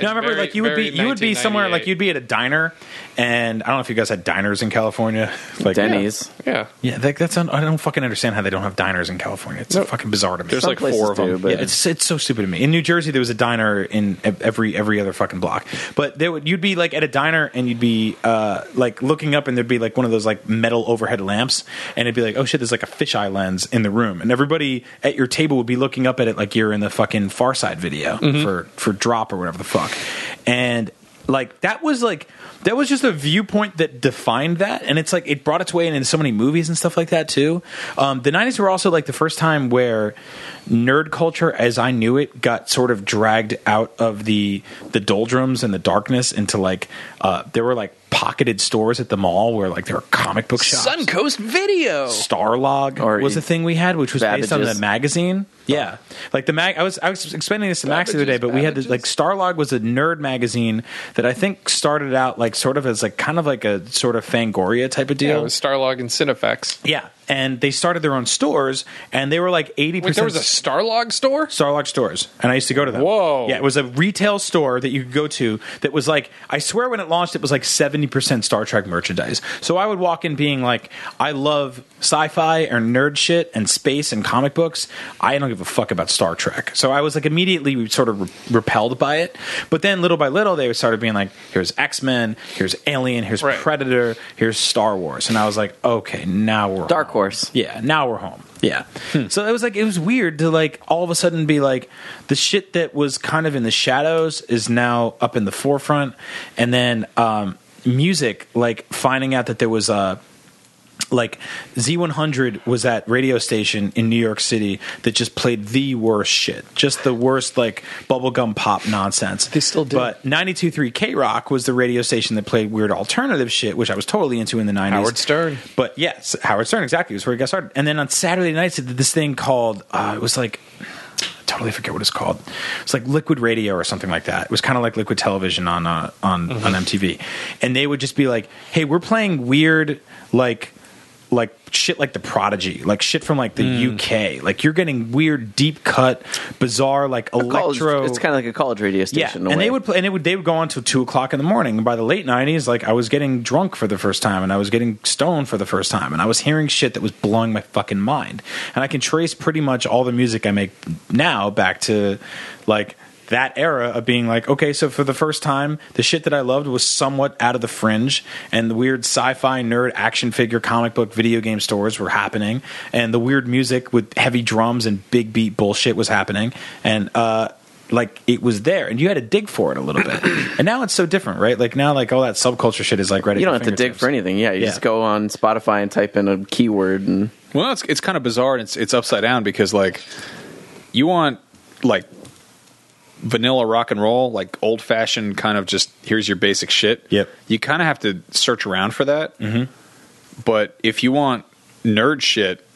F: No, I remember
G: very-
F: like you would be
G: very
F: you would be somewhere like
G: 1998.
F: you'd be at a diner, and I don't know if you guys had diners in California. Like
D: Denny's.
G: Yeah.
F: Yeah, like that's un- I don't fucking understand how they don't have diners in California. It's fucking bizarre to me.
A: There's
D: Some
A: like
D: places
A: four of them.
D: do, but-
F: yeah, it's it's so stupid to me. In New Jersey, there was a diner in ev- every every other fucking block. But there would you'd be like at a diner and you'd be uh, like looking up and there'd be like one of those like metal overhead lamps and it'd be like oh shit, there's like a fisheye lens in the room and everybody at your table would be looking up at it like you're in the fucking Far Side video for for drop or whatever the fuck and. Like that was like that was just a viewpoint that defined that, and it's like it brought its way in, in so many movies and stuff like that too. Um, the '90s were also like the first time where nerd culture as I knew it got sort of dragged out of the the doldrums and the darkness into like uh, there were like pocketed stores at the mall where like there were comic book shops.
G: Suncoast Video.
F: Starlog
D: Or
F: was a
D: e-
F: thing we had, which was based on the
D: Babbage's.
F: magazine.
G: Oh.
F: Yeah, like the mag. I was I was explaining this to Max the other day, but we had this, like Starlog was a nerd magazine that I think started out like sort of as like kind of like a sort of Fangoria type of
G: Yeah, it
F: deal.
G: was Starlog and Cinefex.
F: Yeah, and they started their own stores, and they were like eighty
G: Wait,
F: percent.
G: there was a Starlog store?
F: Starlog stores, and I used to go to them.
G: Whoa.
F: Yeah, it was a retail store that you could go to that was like I swear when it launched, it was like seventy percent Star Trek merchandise. So I would walk in being like, I love sci-fi or nerd shit and space and comic books. I don't give a fuck about Star Trek. So I was like immediately sort of re- repelled by it. But then little by little, they started being like, here's X Men, here's Alien, here's
G: Right.
F: Predator, here's Star Wars, and I was like, okay, now we're
D: Dark
F: home.
D: Horse.
F: Yeah, now we're home. Hmm. Yeah. So it was like it was weird to like all of a sudden be like the shit that was kind of in the shadows is now up in the forefront and then um music like finding out that there was a like Z100 was that radio station in New York City that just played the worst shit, just the worst like bubblegum pop nonsense. They
G: still do.
F: But 923 K Rock was the radio station that played weird alternative shit, which I was totally into in the 90s.
G: Howard Stern.
F: But yes, Howard Stern exactly was where he got started. And then on Saturday nights, it did this thing called uh, it was like I totally forget what it's called. It's like Liquid Radio or something like that. It was kind of like Liquid Television on uh, on
D: Mm-hmm.
F: on MTV, and they would just be like, "Hey, we're playing weird like." Like shit, like the Prodigy, like shit from like the
D: Mm.
F: UK. Like you're getting weird, deep cut, bizarre, like
D: College-
F: electro.
D: it's kind of like a college radio station. in a
F: and
D: way.
F: they would play, and it would they would go on till two o'clock in the morning. And by the late nineties, like I was getting drunk for the first time, and I was getting stoned for the first time, and I was hearing shit that was blowing my fucking mind. And I can trace pretty much all the music I make now back to like that era of being like, okay, so for the first time, the shit that I loved was somewhat out of the fringe, and the weird sci-fi nerd action figure comic book video game stores were happening, and the weird music with heavy drums and big beat bullshit was happening, and uh like it was there and you had to dig for it a little bit and now it's so different right like now like all that subculture shit is like right at
D: You don't
F: your
D: have to dig
F: fingertips.
D: for anything. Yeah, you
F: Yeah.
D: just go on Spotify and type in a keyword and
A: Well, it's it's kind of bizarre and it's it's upside down because like you want like vanilla rock and roll, like old fashioned kind of just here's your basic shit.
F: Yep.
A: You kind of have to search around for that. Mm-hmm. But if you want nerd shit,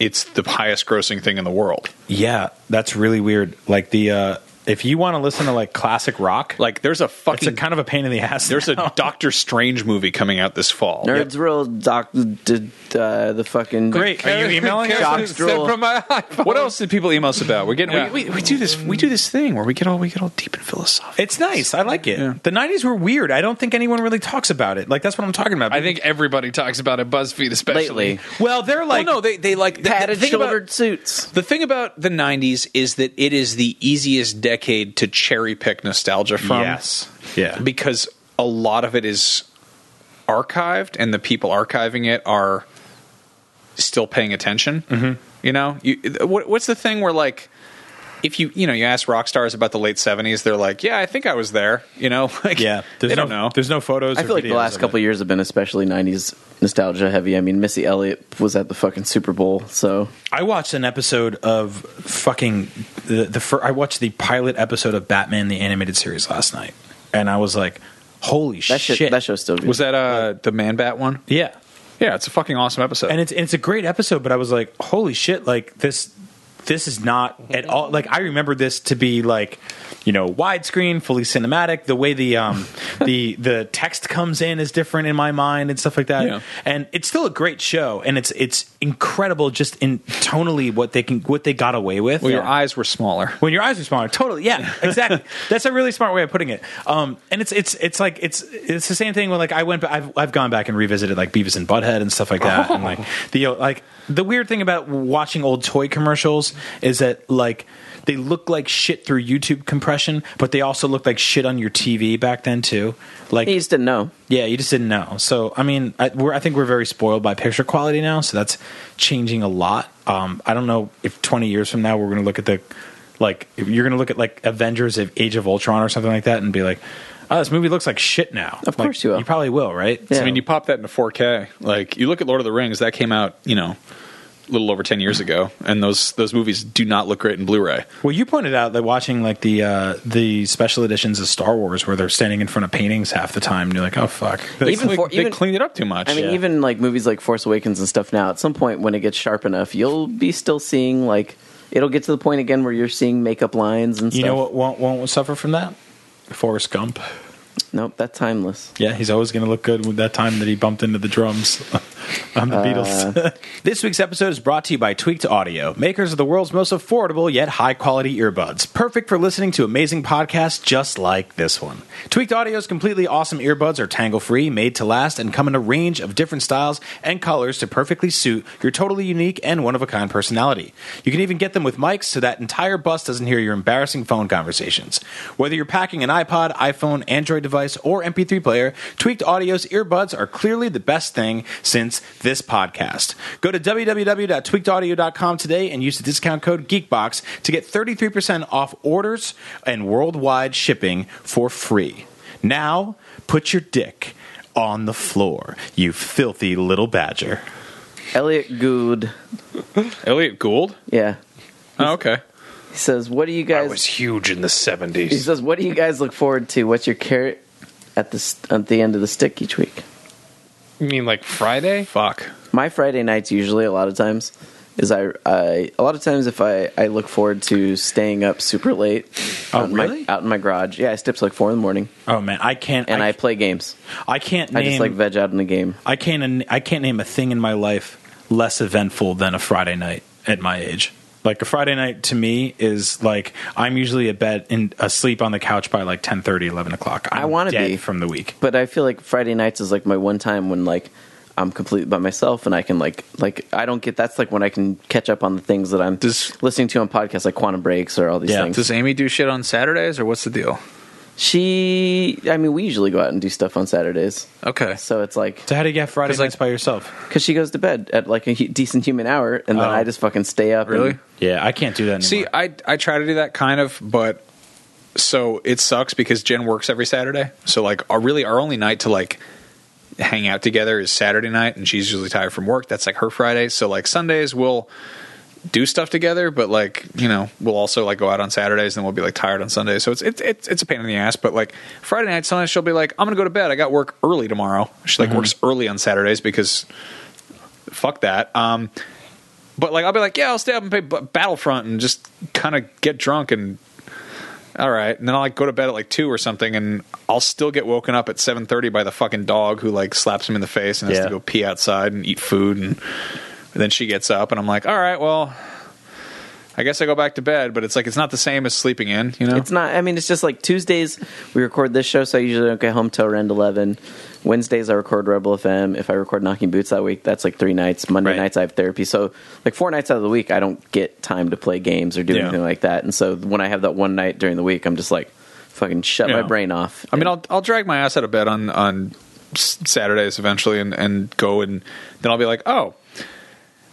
A: it's the highest grossing thing in the world.
F: yeah that's really weird like the uh if you want to listen to like classic rock like
A: Like there's a
F: it's
A: fucking
F: a kind of a pain in the ass
A: there's
F: now.
A: a Doctor Strange movie coming out this fall.
D: nerds real doc d- d- uh, the fucking
F: great are you emailing us?
D: Jock Drool.
G: From my iPhone.
A: What else did people email us about? We're getting
G: Yeah.
A: we, we, we do this we do this thing where we get all we get all deep and philosophical.
F: it's nice i like it
A: Yeah.
F: the 90s were weird i don't think anyone really talks about it like that's what i'm talking about
G: I think everybody talks about it, BuzzFeed especially.
D: lately.
F: well they're like
A: well, no, they they like the, the
D: Padded
A: thing about-
D: shouldered suits.
A: The thing about the 90s is that it is the easiest decade to cherry pick nostalgia from.
F: Yes. Yeah.
A: Because a lot of it is archived and the people archiving it are still paying attention. Mm-hmm. You know, you, what, what's the thing where like if you you know you ask rock stars about the late 70s they're like yeah i think i was there you know like
F: yeah
A: they
F: there's no
A: don't know
F: there's no photos
D: I
F: or
D: feel like the
F: videos
D: last
F: of
D: couple
F: it.
D: of years have been especially '90s nostalgia heavy. I mean, Missy Elliott was at the fucking Super Bowl, so
F: I watched an episode of fucking the the fir- I watched the pilot episode of Batman the animated series last night, and I was like, "Holy
D: that
F: shit!"
D: shit, that show's still good.
A: was that uh the man bat one
F: yeah,
A: yeah it's a fucking awesome episode
F: and it's and it's a great episode. But I was like, "Holy shit!" Like this this is not at all like I remember this to be like you know widescreen, fully cinematic. The way the um, the the text comes in is different in my mind and stuff like that.
A: Yeah.
F: And it's still a great show, and it's it's incredible just in tonally what they can what they got away with.
A: Well, your eyes were smaller.
F: When your eyes are smaller, totally, yeah, exactly. That's a really smart way of putting it. Um, and it's it's it's like it's it's the same thing when like I went, ba- I've I've gone back and revisited like Beavis and Butthead and stuff like that, and like the uh, like the weird thing about watching old toy commercials is that like they look like shit through YouTube compression, but they also look like shit on your TV back then too. Like
D: He just didn't know.
F: yeah, you just didn't know. So, I mean, I, we're, I think we're very spoiled by picture quality now, so that's changing a lot. Um, I don't know if 20 years from now we're going to look at the, like, if you're going to look at, like, Avengers of Age of Ultron or something like that and be like, oh, this movie looks like shit now.
D: Of
F: Like,
D: course you will.
F: You probably will, right?
D: Yeah.
A: I mean, you pop that into 4K. Like you look at Lord of the Rings, that came out, you know, a little over 10 years ago, and those those movies do not look great in Blu-ray.
F: Well, you pointed out that watching, like, the uh, the special editions of Star Wars where they're standing in front of paintings half the time, and you're like, oh, fuck.
D: Even
A: Like,
D: for-
A: they
D: even-
A: cleaned it up too much.
D: I mean, even like movies like Force Awakens and stuff. Now, at some point when it gets sharp enough, you'll be still seeing like it'll get to the point again where you're seeing makeup lines and
F: you
D: stuff.
F: know what won't, won't suffer from that? Forrest Gump.
D: Nope, that's timeless.
F: Yeah, he's always going to look good with that time that he bumped into the drums on the Beatles. this week's episode is brought to you by Tweaked Audio, makers of the world's most affordable yet high quality earbuds. Perfect for listening to amazing podcasts just like this one. Tweaked Audio's completely awesome earbuds are tangle free, made to last, and come in a range of different styles and colors to perfectly suit your totally unique and one of a kind personality. You can even get them with mics so that entire bus doesn't hear your embarrassing phone conversations. Whether you're packing an iPod, iPhone, Android device, or MP3 player, Tweaked Audio's earbuds are clearly the best thing since this podcast. Go to www.tweakedaudio.com today and use the discount code GeekBox to get 33% off orders and worldwide shipping for free. Now, put your dick on the floor, you filthy little badger.
D: Elliot Good.
A: Elliot Gould.
D: Yeah.
A: Oh, okay.
D: He says, "What do you guys?"
I: It was huge in the
D: He
I: 70s.
D: says, "What do you guys look forward to? What's your carrot at the st- at the end of the stick each week?"
G: You mean like Friday?
A: Fuck.
D: My Friday nights usually a lot of times is I, I a lot of times if I I look forward to staying up super late.
F: Oh,
D: out in my-
F: really?
D: out in my garage. Yeah, I stay up till like four in the morning
F: Oh man, I can't.
D: and I,
F: I,
D: play games.
F: I can't
D: I just
F: name.
D: like veg out in the game.
F: I can't. I can't name a thing in my life less eventful than a Friday night at my age. Like a Friday night to me is like I'm usually at bed and asleep on the couch by like 10, 11 o'clock. I'm
D: I wanna
F: dead
D: be.
F: from the week.
D: But I feel like Friday nights is like my one time when like I'm completely by myself and I can like like I don't get that's like when I can catch up on the things that I'm
A: Does-
D: listening to on podcasts like Quantum Breaks or all these
F: Yeah,
D: things.
A: Does Amy do shit on Saturdays, or what's the deal?
D: she I mean we usually go out and do stuff on Saturdays.
A: Okay.
D: So it's like
F: So how do you get Friday
A: 'Cause, like-
F: nights by yourself?
D: cuz she goes to bed at like a hu- decent human hour and then
F: Oh.
D: I just fucking stay up and-
A: Really?
F: Yeah, I can't do that anymore.
A: See, I I try to do that kind of, but so it sucks because Jen works every Saturday. So like, our really our only night to like hang out together is Saturday night, and she's usually tired from work. That's like her Friday. So like Sundays we'll do stuff together, but like you know we'll also like go out on Saturdays, and we'll be like tired on Sundays. So it's it's it's, it's a pain in the ass. But like Friday night, sometimes she'll be like, I'm gonna go to bed. I got work early tomorrow. She like works early on Saturdays because fuck that. Um, but like I'll be like, yeah, I'll stay up and play B- Battlefront and just kind of get drunk and all right, and then I'll like go to bed at like two or something, and I'll still get woken up at seven thirty by the fucking dog who like slaps him in the face and has
F: Yeah.
A: to go pee outside and eat food, and, and then she gets up and I'm like, all right, well, I guess I go back to bed, but it's like it's not the same as sleeping in, you know?
D: It's not. I mean, it's just like Tuesdays we record this show, so I usually don't get home till around eleven. Wednesdays I record Rebel FM. If I record Knocking Boots that week, that's like three nights. Monday
F: Right.
D: nights I have therapy, so like four nights out of the week I don't get time to play games or do
A: Yeah.
D: anything like that. And so when I have that one night during the week, I'm just like fucking shut
A: Yeah.
D: my brain off.
A: I mean, I'll I'll drag my ass out of bed on on s- Saturdays eventually, and and go, and then I'll be like, oh,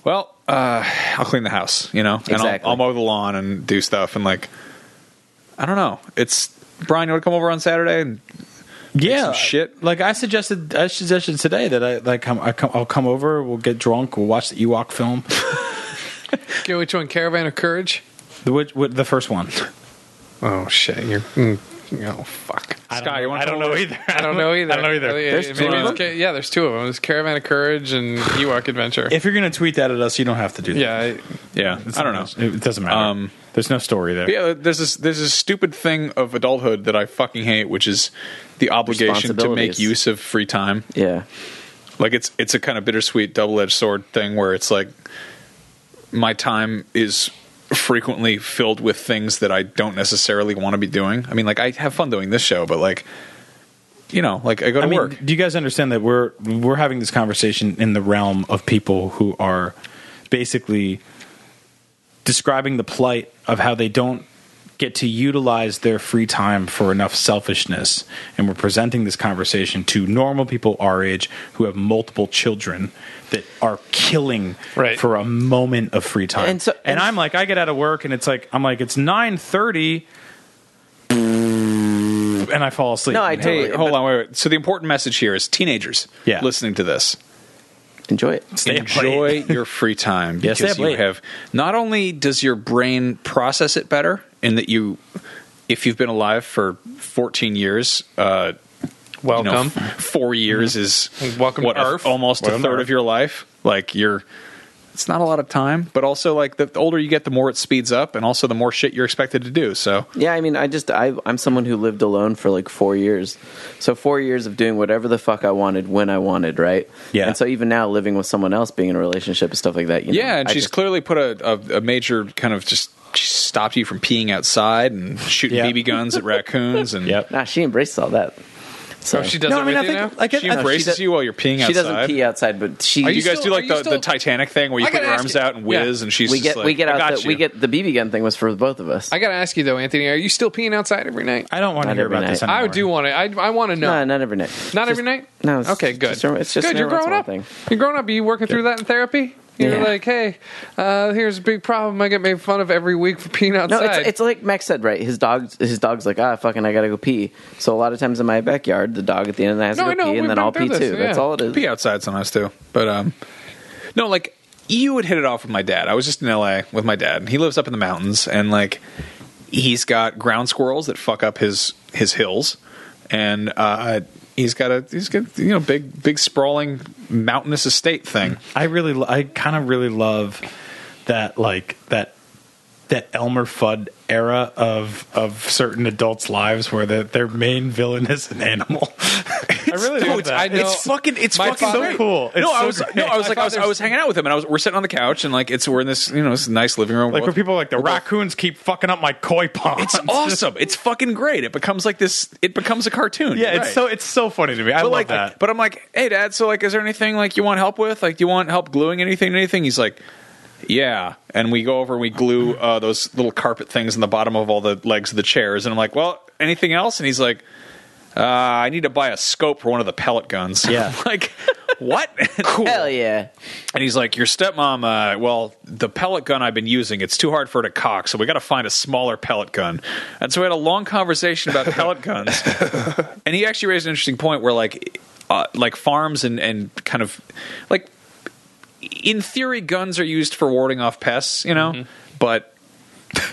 A: well, uh, I'll clean the house, you know, and
D: Exactly.
A: I'll, I'll mow the lawn and do stuff, and like, I don't know, it's Brian. You want to come over on Saturday? And
F: yeah,
A: some shit.
F: Like I suggested, I suggested today that I like come, I come, I'll come over. We'll get drunk. We'll watch the Ewok film.
G: Get which one? Caravan of Courage?
F: the, which, which, the first one.
G: Oh shit! You're. Mm, oh fuck!
F: I don't
A: Scott, you
F: know-
A: want
F: I
A: to
F: don't
A: come
F: know
A: over?
F: either.
G: I don't know either.
F: I don't know either.
G: Maybe
D: There's two of
G: it's
D: them?
G: ca- yeah, there's two of them. There's Caravan of Courage and Ewok Adventure.
F: If you're going to tweet that at us, you don't have to do that.
G: yeah, I-
A: Yeah, I don't know.
F: It doesn't matter.
A: Um,
F: There's no story there.
A: But yeah, there's this there's this stupid thing of adulthood that I fucking hate, which is the obligation to make
D: Responsibilities.
A: use of free time.
D: Yeah.
A: Like it's it's a kind of bittersweet double edged sword thing where it's like my time is frequently filled with things that I don't necessarily want to be doing. I mean, like I have fun doing this show, but like you know, like I go to
F: I mean,
A: work.
F: do you guys understand that we're we're having this conversation in the realm of people who are basically describing the plight of how they don't get to utilize their free time for enough selfishness and we're presenting this conversation to normal people our age who have multiple children that are killing
G: Right.
F: for a moment of free time
D: And so-
F: and
D: and-
F: i'm like i get out of work and it's like i'm like it's 9.30 and i fall asleep
D: No, I
F: And
D: totally-
A: Hey, hold on, wait, wait. So the important message here is teenagers
F: Yeah.
A: listening to this.
D: Enjoy it.
F: stay up late.
A: enjoy your free time because
F: Yes, stay up
A: you
F: late.
A: have not only does your brain process it better in that you if you've been alive for 14 years uh you know,
G: welcome.
A: f- four years is
G: Welcome to
A: what, a-
G: Earth.
A: almost
F: Welcome
A: a
F: to
A: third
F: Earth.
A: of your life like you're it's not a lot of time but also like the, the older you get the more it speeds up and also the more shit you're expected to do so
D: Yeah, I mean, I just I, I'm someone who lived alone for like four years, so four years of doing whatever the fuck I wanted when I wanted, right?
F: Yeah.
D: And so even now, living with someone else, being in a relationship and stuff like that, you know,
A: yeah and
D: I
A: she's
D: just-
A: clearly put a, a, a major kind of just she stopped you from peeing outside and shooting
F: Yeah.
A: BB guns at raccoons and
F: Yep.
D: nah, she embraces all that. So
G: Oh, she does it with you now?
F: I get,
A: she
F: I-
A: embraces
D: does-
A: you while you're peeing outside.
D: she doesn't pee outside, but she.
A: Do you, guys
G: still-
A: do
G: are
A: like
G: you
A: the, the
G: still-
A: Titanic thing where you
G: I
A: put your
G: gotta ask
A: arms
G: you.
A: out and whiz,
G: Yeah.
A: and she's
D: we
A: just
D: get
A: like,
D: we get
A: I
D: out
A: got
D: the,
A: you.
D: we get the BB gun thing was for both of us.
G: I gotta ask you though, Anthony, are you still peeing outside every night?
F: I don't want to
D: Not
F: hear
D: every
F: about this.
D: night.
F: Anymore.
G: I do want to. I, I want to know.
D: no, not every night.
G: Not
D: Just-
G: every night.
D: No. It's
G: okay. Good.
D: Just, it's just
G: good. You're
D: every once in
G: growing
D: a
G: up.
D: while Thing.
G: You're growing up. Are you working through that in therapy? You're
D: Yeah.
G: like, hey, uh, here's a big problem. I get made fun of every week for peeing
D: No,
G: outside.
D: it's, it's like Max said, right? His dog's his dog's like, ah, fucking, I gotta go pee. So a lot of times in my backyard, the dog at the end of the night has
G: No, I
D: to
G: know.
D: go pee,
G: We've
D: and then
G: been
D: I'll
G: through
D: pee
G: this,
D: too.
G: yeah.
D: That's all it is.
A: pee outside sometimes too. But um, no, like you would hit it off with my dad. I was just in L.A. with my dad, and he lives up in the mountains, and like he's got ground squirrels that fuck up his his hills, and uh, he's got a he's got you know big big sprawling mountainous estate thing.
F: I really, lo- I kind of really love that, like that, that Elmer Fudd era of of certain adults' lives where the, their main villain is an animal. I really
G: dude,
F: love that.
G: I know-
F: It's
A: It's fucking. It's
G: My
A: fucking
G: father-
A: great.
F: so cool. It's
A: no, I
F: so
A: was
F: great.
A: no, I was
G: My
A: like I was, I
G: father's-
A: was hanging out with him, and I was we're sitting on the couch, and like it's we're in this you know this nice living room,
F: like
A: We're
F: when people are like the raccoons keep fucking up my koi pond.
A: It's awesome. It's fucking great. It becomes like this. It becomes a cartoon.
F: yeah,
A: You're
F: it's
A: right.
F: so it's so funny to me. I
A: But
F: love
A: like,
F: that.
A: but I'm like, hey, Dad. So like, is there anything like you want help with? Like, do you want help gluing anything? Anything? He's like, yeah. And we go over and we glue uh, those little carpet things in the bottom of all the legs of the chairs. And I'm like, well, anything else? And he's like, uh, I need to buy a scope for one of the pellet guns.
F: Yeah.
A: like, what? cool.
D: Hell yeah!
A: And he's like, "Your stepmom, uh, well, the pellet gun I've been using, it's too hard for her to cock, so we got to find a smaller pellet gun." And so we had a long conversation about pellet guns. And he actually raised an interesting point where, like, uh, like farms and and kind of like in theory, guns are used for warding off pests, you know, but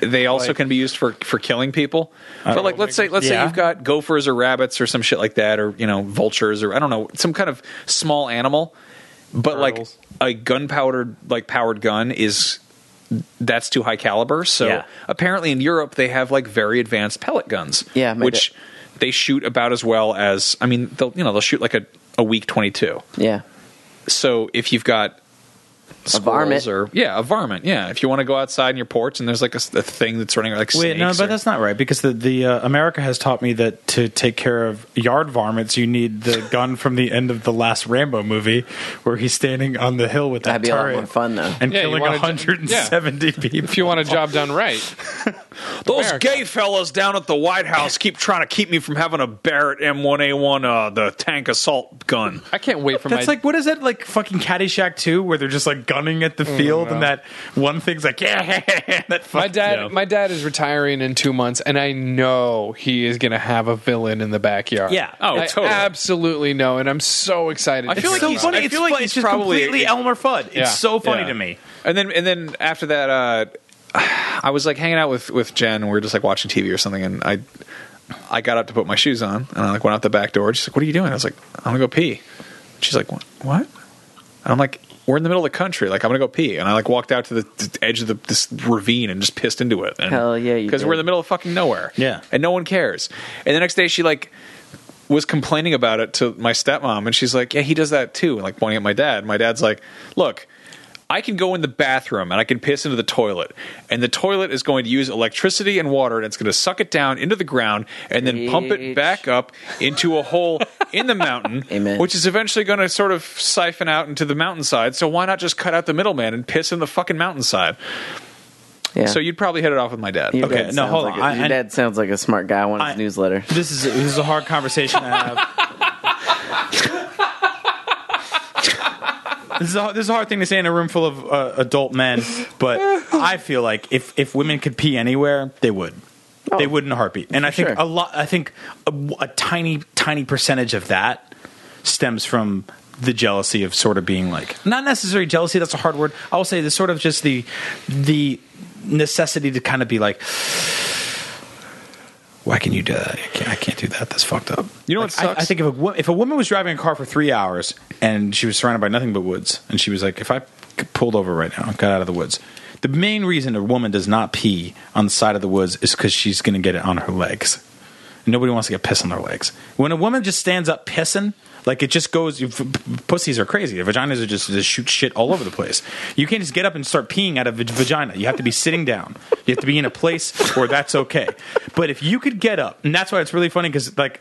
A: they also can be used for for killing people. But like, let's say let's say
F: Yeah.
A: you've got gophers or rabbits or some shit like that, or you know, vultures or I don't know, some kind of small animal. But
G: Turtles.
A: like a gunpowder like powered gun is that's too high caliber. So
F: Yeah.
A: apparently in Europe they have like very advanced pellet guns.
D: Yeah, my
A: which
D: da-
A: they shoot about as well as I mean they'll you know they'll shoot like a a weak twenty two
D: Yeah,
A: so if you've got
D: A varmint.
A: squirrels or yeah, a varmint, yeah. If you want to go outside in your porch and there's like a, s- a thing that's running like
F: Wait, no,
A: snakes
F: but
A: or-
F: that's not right because the the uh, America has taught me that to take care of yard varmints, you need the gun from the end of the last Rambo movie where he's standing on the hill with
D: That'd
F: that
D: be a lot
F: turret
D: more fun, though.
F: and
G: Yeah, you
F: killing
G: wanna ju-
F: 170 people.
G: if you want a job done right,
A: those
G: America.
A: gay fellas down at the White House keep trying to keep me from having a Barrett M1A1, uh, the tank assault gun.
G: I can't wait for
F: That's
G: my.
F: like what is that like fucking Caddyshack two where they're just like gunning at the
A: Mm,
F: field and that one thing's like yeah that fuck,
G: my dad,
F: yeah.
G: my dad is retiring in two months, and I know he is going to have a villain in the backyard.
F: Yeah.
A: Oh,
G: I
A: totally.
G: Absolutely know, and I'm so excited.
A: I
G: to
A: feel
G: hear
A: like
F: so
G: about
A: he's-
F: funny.
A: I
F: it's
A: feel like
F: fu-
A: he's
F: it's just
A: probably-
F: completely Elmer Fudd. It's
G: Yeah.
F: so funny
A: Yeah.
F: to me.
A: And then and then after that, uh, I was like hanging out with with Jen. and We were just like watching TV or something, and I I got up to put my shoes on, and I like went out the back door. She's like, "What are you doing?" I was like, "I'm gonna go pee." She's like, "What?" what? And I'm like, "We're in the middle of the country. Like, I'm gonna go pee." And I like walked out to the, to the edge of the, this ravine and just pissed into it. And,
D: Hell yeah, you
A: Because
D: did.
A: we're in the middle of fucking nowhere.
F: Yeah.
A: and no one cares. And the next day, she like was complaining about it to my stepmom, and she's like, "Yeah, he does that too," and like pointing at my dad. My dad's like, "Look." I can go in the bathroom and I can piss into the toilet, and the toilet is going to use electricity and water, and it's going to suck it down into the ground, and then pump it
D: Preach.
A: back up into a hole in the mountain,
D: Amen.
A: which is eventually going to sort of siphon out into the mountainside. So why not just cut out the middleman and piss in the fucking mountainside?
D: Yeah.
A: So you'd probably hit it off with my dad.
D: Your
F: Okay,
D: dad
F: no,
D: sounds
F: hold
D: like
F: on.
D: a-
F: I-
D: your
F: I-
D: dad sounds like a smart guy. I want his
F: I-
D: newsletter.
F: This is this is a hard conversation to have. This is, a, this is a hard thing to say in a room full of uh, adult men, but I feel like if, if women could pee anywhere, they would. They would in a heartbeat. And I think
D: sure.
F: a lot. I think a, a tiny, tiny percentage of that stems from the jealousy of sort of being like not necessarily jealousy. That's a hard word. I will say the sort of just the the necessity to kind of be like, why can you do that? I can't, I can't do that. That's fucked up.
A: You know
F: Like,
A: what sucks?
F: I, I think if a wo- if a woman was driving a car for three hours and she was surrounded by nothing but woods, and she was like, if I c- pulled over right now, and got out of the woods. The main reason a woman does not pee on the side of the woods is because she's going to get it on her legs. Nobody wants to get pissed on their legs. When a woman just stands up pissing, like it just goes. you- p- p- Pussies are crazy. Their vaginas are just just shoot shit all over the place. You can't just get up and start peeing out of a vagina. You have to be sitting down. You have to be in a place where that's okay. But if you could get up, and that's why it's really funny because like.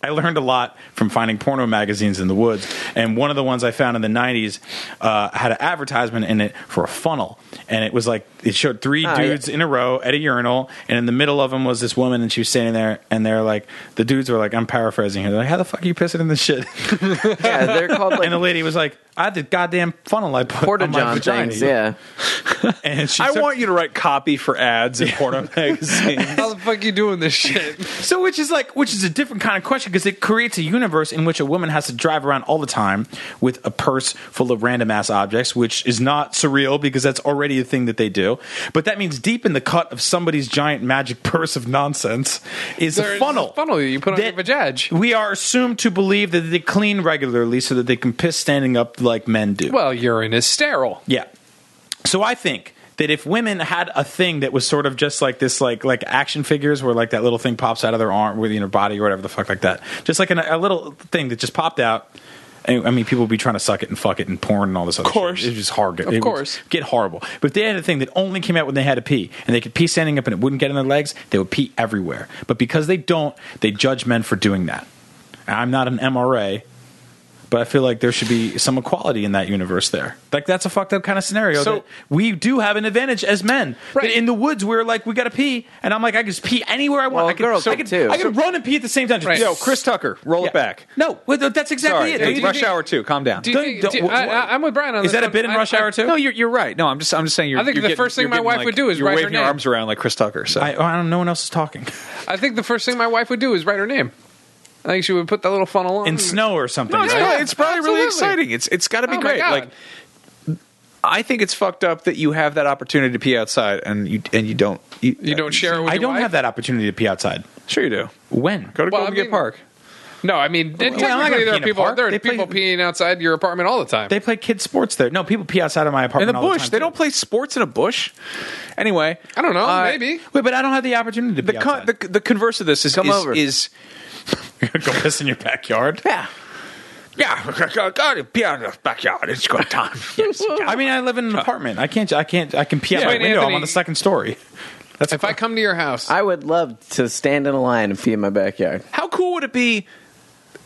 F: I learned a lot from finding porno magazines in the woods, and one of the ones I found in the '90s uh, had an advertisement in it for a funnel, and it was like it showed three
D: Ah, yeah.
F: dudes in a row at a urinal, and in the middle of them was this woman, and she was standing there, and they're like, the dudes were like, I'm paraphrasing here, they're like, how the fuck are you pissing in this shit?
D: yeah, they're called like
F: and the lady was like, I had the goddamn funnel I put
D: porta
F: on my
D: john
F: vagina.
D: things. Yeah.
F: and she
A: I
F: took-
A: want you to write copy for ads in porno magazines.
G: How the fuck you doing this shit?
F: So, which is like, which is a different kind of question because it creates a universe in which a woman has to drive around all the time with a purse full of random ass objects, which is not surreal because that's already a thing that they do. But that means deep in the cut of somebody's giant magic purse of nonsense is
G: There is
F: a
G: a
F: funnel.
G: funnel that you put on
F: That
G: your vajaj.
F: We are assumed to believe that they clean regularly so that they can piss standing up like men do.
G: Well, urine is sterile.
F: Yeah. So I think that if women had a thing that was sort of just like this, like like action figures, where like that little thing pops out of their arm, within their body or whatever the fuck, like that, just like an, a little thing that just popped out. and, I mean, people would be trying to suck it and fuck it and porn and all this other. Of
G: course.
F: shit. it's just hard. Of
G: course.
F: get horrible. But if they had a thing that only came out when they had to pee, and they could pee standing up and it wouldn't get in their legs, they would pee everywhere. But because they don't, they judge men for doing that. And I'm not an MRA, but I feel like there should be some equality in that universe there. Like that's a fucked up kind of scenario.
A: So-
F: that we do have an advantage as men.
G: Right.
F: That In the woods, we're like we got to pee, and I'm like I can just pee anywhere I want.
D: Well,
F: I could,
D: girls
F: I
D: can
F: could,
D: too.
F: I could run and pee at the same time. Just-
G: Right.
A: Yo, Chris Tucker, roll
F: Yeah.
A: it back.
F: No, well, th- that's
A: Sorry,
F: exactly it.
A: it's Rush
F: That's-
A: Hour Two. Calm down.
G: Do you
F: Don't-
G: think,
F: don't-
G: do- I, I, I'm with Brian on
F: Is
G: this.
F: that a
G: one.
F: bit in
G: I-
F: Rush
G: I-
F: Hour too?
A: No, you're you're right. No, I'm just I'm just saying you're.
G: I think
A: you're
G: the
A: getting-
G: first thing
A: you're
G: my
A: getting,
G: wife
A: like-
G: would do is
A: you're
G: write her
A: waving your
G: name.
A: arms around like Chris Tucker. So
F: Oh, I, I don't. No one else is talking
G: I think the first thing my wife would do is write her name. I think she would put that little funnel on.
F: in snow or something.
A: No, it's,
F: right?
A: really- it's probably really
G: Absolutely.
A: exciting. It's it's got to be
G: Oh my
A: great.
G: God.
A: Like, I think it's fucked up that you have that opportunity to pee outside and you and you don't. You, uh,
G: You don't share it with
F: I
G: your
F: don't
G: wife?
F: have that opportunity to pee outside.
A: Sure, you do.
F: When?
A: Go to
G: Well,
A: Golden
G: I
A: Gate
G: mean-
A: Park.
G: No, I
F: I'm
G: mean,
F: not gonna
G: technically there
F: pee
G: are
F: in a
G: people
F: park.
G: there are
F: They play-
G: people peeing outside your apartment all the time.
F: They play kids sports there. No, people pee outside of my
A: In
F: apartment
A: the
F: all
A: bush,
F: time,
A: they
F: too.
A: don't play sports in a bush. Anyway,
G: I don't know,
A: uh,
G: maybe.
F: Wait, but I don't have the opportunity to
A: The,
F: pee
A: con- the
F: outside.
A: the converse of this is
D: Come
A: is,
D: over.
A: is
F: Go piss in your backyard.
D: Yeah.
A: yeah, God, pee out in the backyard. It's good time. Yes.
F: I mean, I live in an apartment. I can't. I can't. I can pee out
G: Yeah,
F: my
G: wait,
F: window. I'm
G: Anthony-
F: on the second story. That's
G: If I come to your house,
D: I would love to stand in a line and pee in my backyard.
A: how cool would it be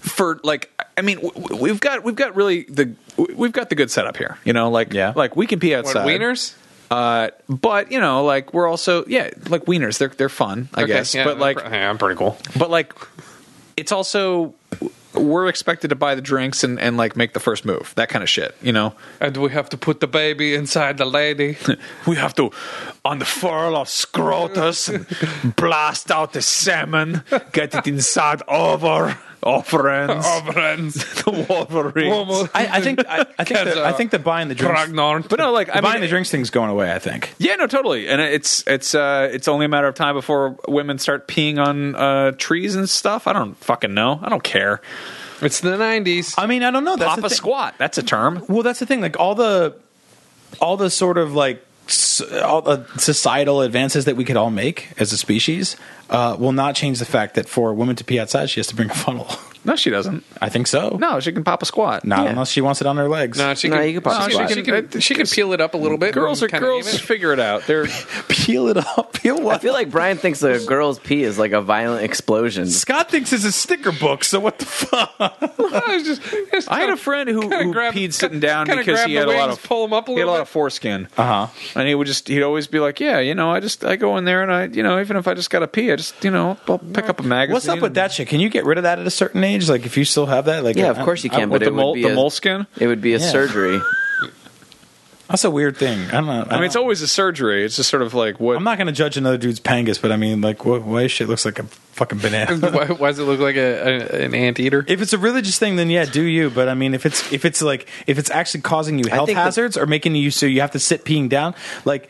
A: for like i mean w- w- we've got we've got really the w- we've got the good setup here you know like
F: Yeah.
A: like we can pee
G: what,
A: outside
G: wieners?
A: uh but you know like we're also yeah like wieners they're they're fun i guess
G: yeah,
A: but like
G: I'm pre- yeah, I'm pretty cool.
A: but like it's also we're expected to buy the drinks and and like make the first move that kind of shit you know
G: And we have to put the baby inside the lady.
A: we have to unfurl our scrotus and blast out the salmon get it inside over All friends.
G: Oh, friends.
A: the Wolverine.
G: Womo-
F: I, I think I, I think the, I think the buying the drinks,
G: Ragnar.
A: But no, like
F: the
A: I
F: buying
A: mean,
F: the drinks thing's going away. I think.
A: yeah, no, totally. And it's it's uh it's only a matter of time before women start peeing on uh trees and stuff. I don't fucking know. I don't care.
G: It's the 90s.
F: I mean, I don't know. That's
A: Pop a
F: the thing.
A: squat. That's a term.
F: Well, that's the thing. Like all the, all the sort of like s- all the societal advances that we could all make as a species uh, will not change the fact that for a woman to pee outside, she has to bring a funnel.
A: No, she doesn't.
F: I think so.
A: No, she can pop a squat.
F: Not
D: Yeah.
F: unless she wants it on her legs.
G: no, she
D: No,
G: can,
D: you can pop a
G: she, she
A: squat.
G: can, she can peel it up a little bit.
A: Girls are
G: and kinda aim
A: girls.
G: it.
A: Figure it out. They're
F: Peel it up. Peel
D: I
F: what?
D: feel like Brian thinks the girl's pee is like a violent explosion.
F: Scott thinks it's a sticker book. So what the fuck?
G: I, was just- just
A: I had
G: kinda-
A: a friend who,
G: kinda
A: who
G: grab-
A: peed sitting down
G: kinda
A: because
G: grab
A: he
G: the
A: had a lot
G: wings,
A: of
G: pull 'em up a
A: he had a
G: little
A: lot
G: bit.
A: of foreskin,
F: Uh huh.
A: and he would just he'd always be like, yeah, you know, I just I go in there and I you know even if I just got to pee, I just you know I'll pick up a magazine.
F: What's up with
A: and-
F: that shit? Can you get rid of that at a certain age? Like if you still have that, like
D: Yeah, of
F: I-
D: course you
F: I-
D: can,
A: With
D: but
A: the,
D: it would
A: mol-
D: be
A: the
D: a,
A: moleskin?
D: It would be a
F: Yeah.
D: surgery.
F: that's a weird thing. I don't know.
A: I mean, it's always a surgery. It's just sort of like what
F: I'm not going to judge another dude's pangas, but I mean, like, wh- why shit looks like a fucking banana?
G: why, why does it look like a, a, an anteater?
F: if it's a religious thing, then yeah, do you. But I mean, if it's if it's like if it's actually causing you health
D: think that-
F: hazards or making you so you have to sit peeing down, like.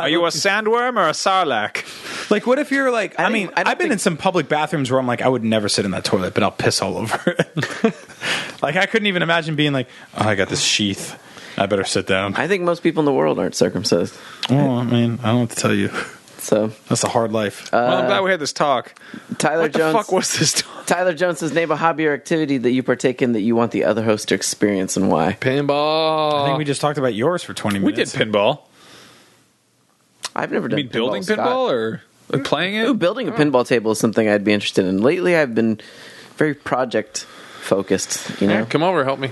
A: Are you a sandworm or a sarlacc?
D: Uh,
F: Like, what if you're like?
D: think-
F: I, mean,
D: I
F: I
D: don't
F: have been
D: think-
F: in some public bathrooms where I'm like, I would never sit in that toilet, but I'll piss all over it. like, I couldn't even imagine being like, oh, I got this sheath. I better sit down.
D: I think most people in the world aren't circumcised.
F: oh, I mean, I don't know what to tell you.
D: So
F: That's a hard life.
A: well, I'm glad we had this talk.
D: Tyler
A: What the
D: Jones.
A: fuck was this talk?
D: Tyler Jones says name a hobby or activity that you partake in that you want the other host to experience and why.
G: Pinball.
F: I think we just talked about yours for 20
A: We
F: minutes.
A: did pinball.
D: I've never
A: I
D: done
A: mean,
D: pinball,
A: building
D: Scott.
A: pinball or like, playing
D: Ooh,
A: it?
D: building a pinball table is something I'd be interested in. Lately, I've been very project focused. You know,
G: Yeah, come over, help me.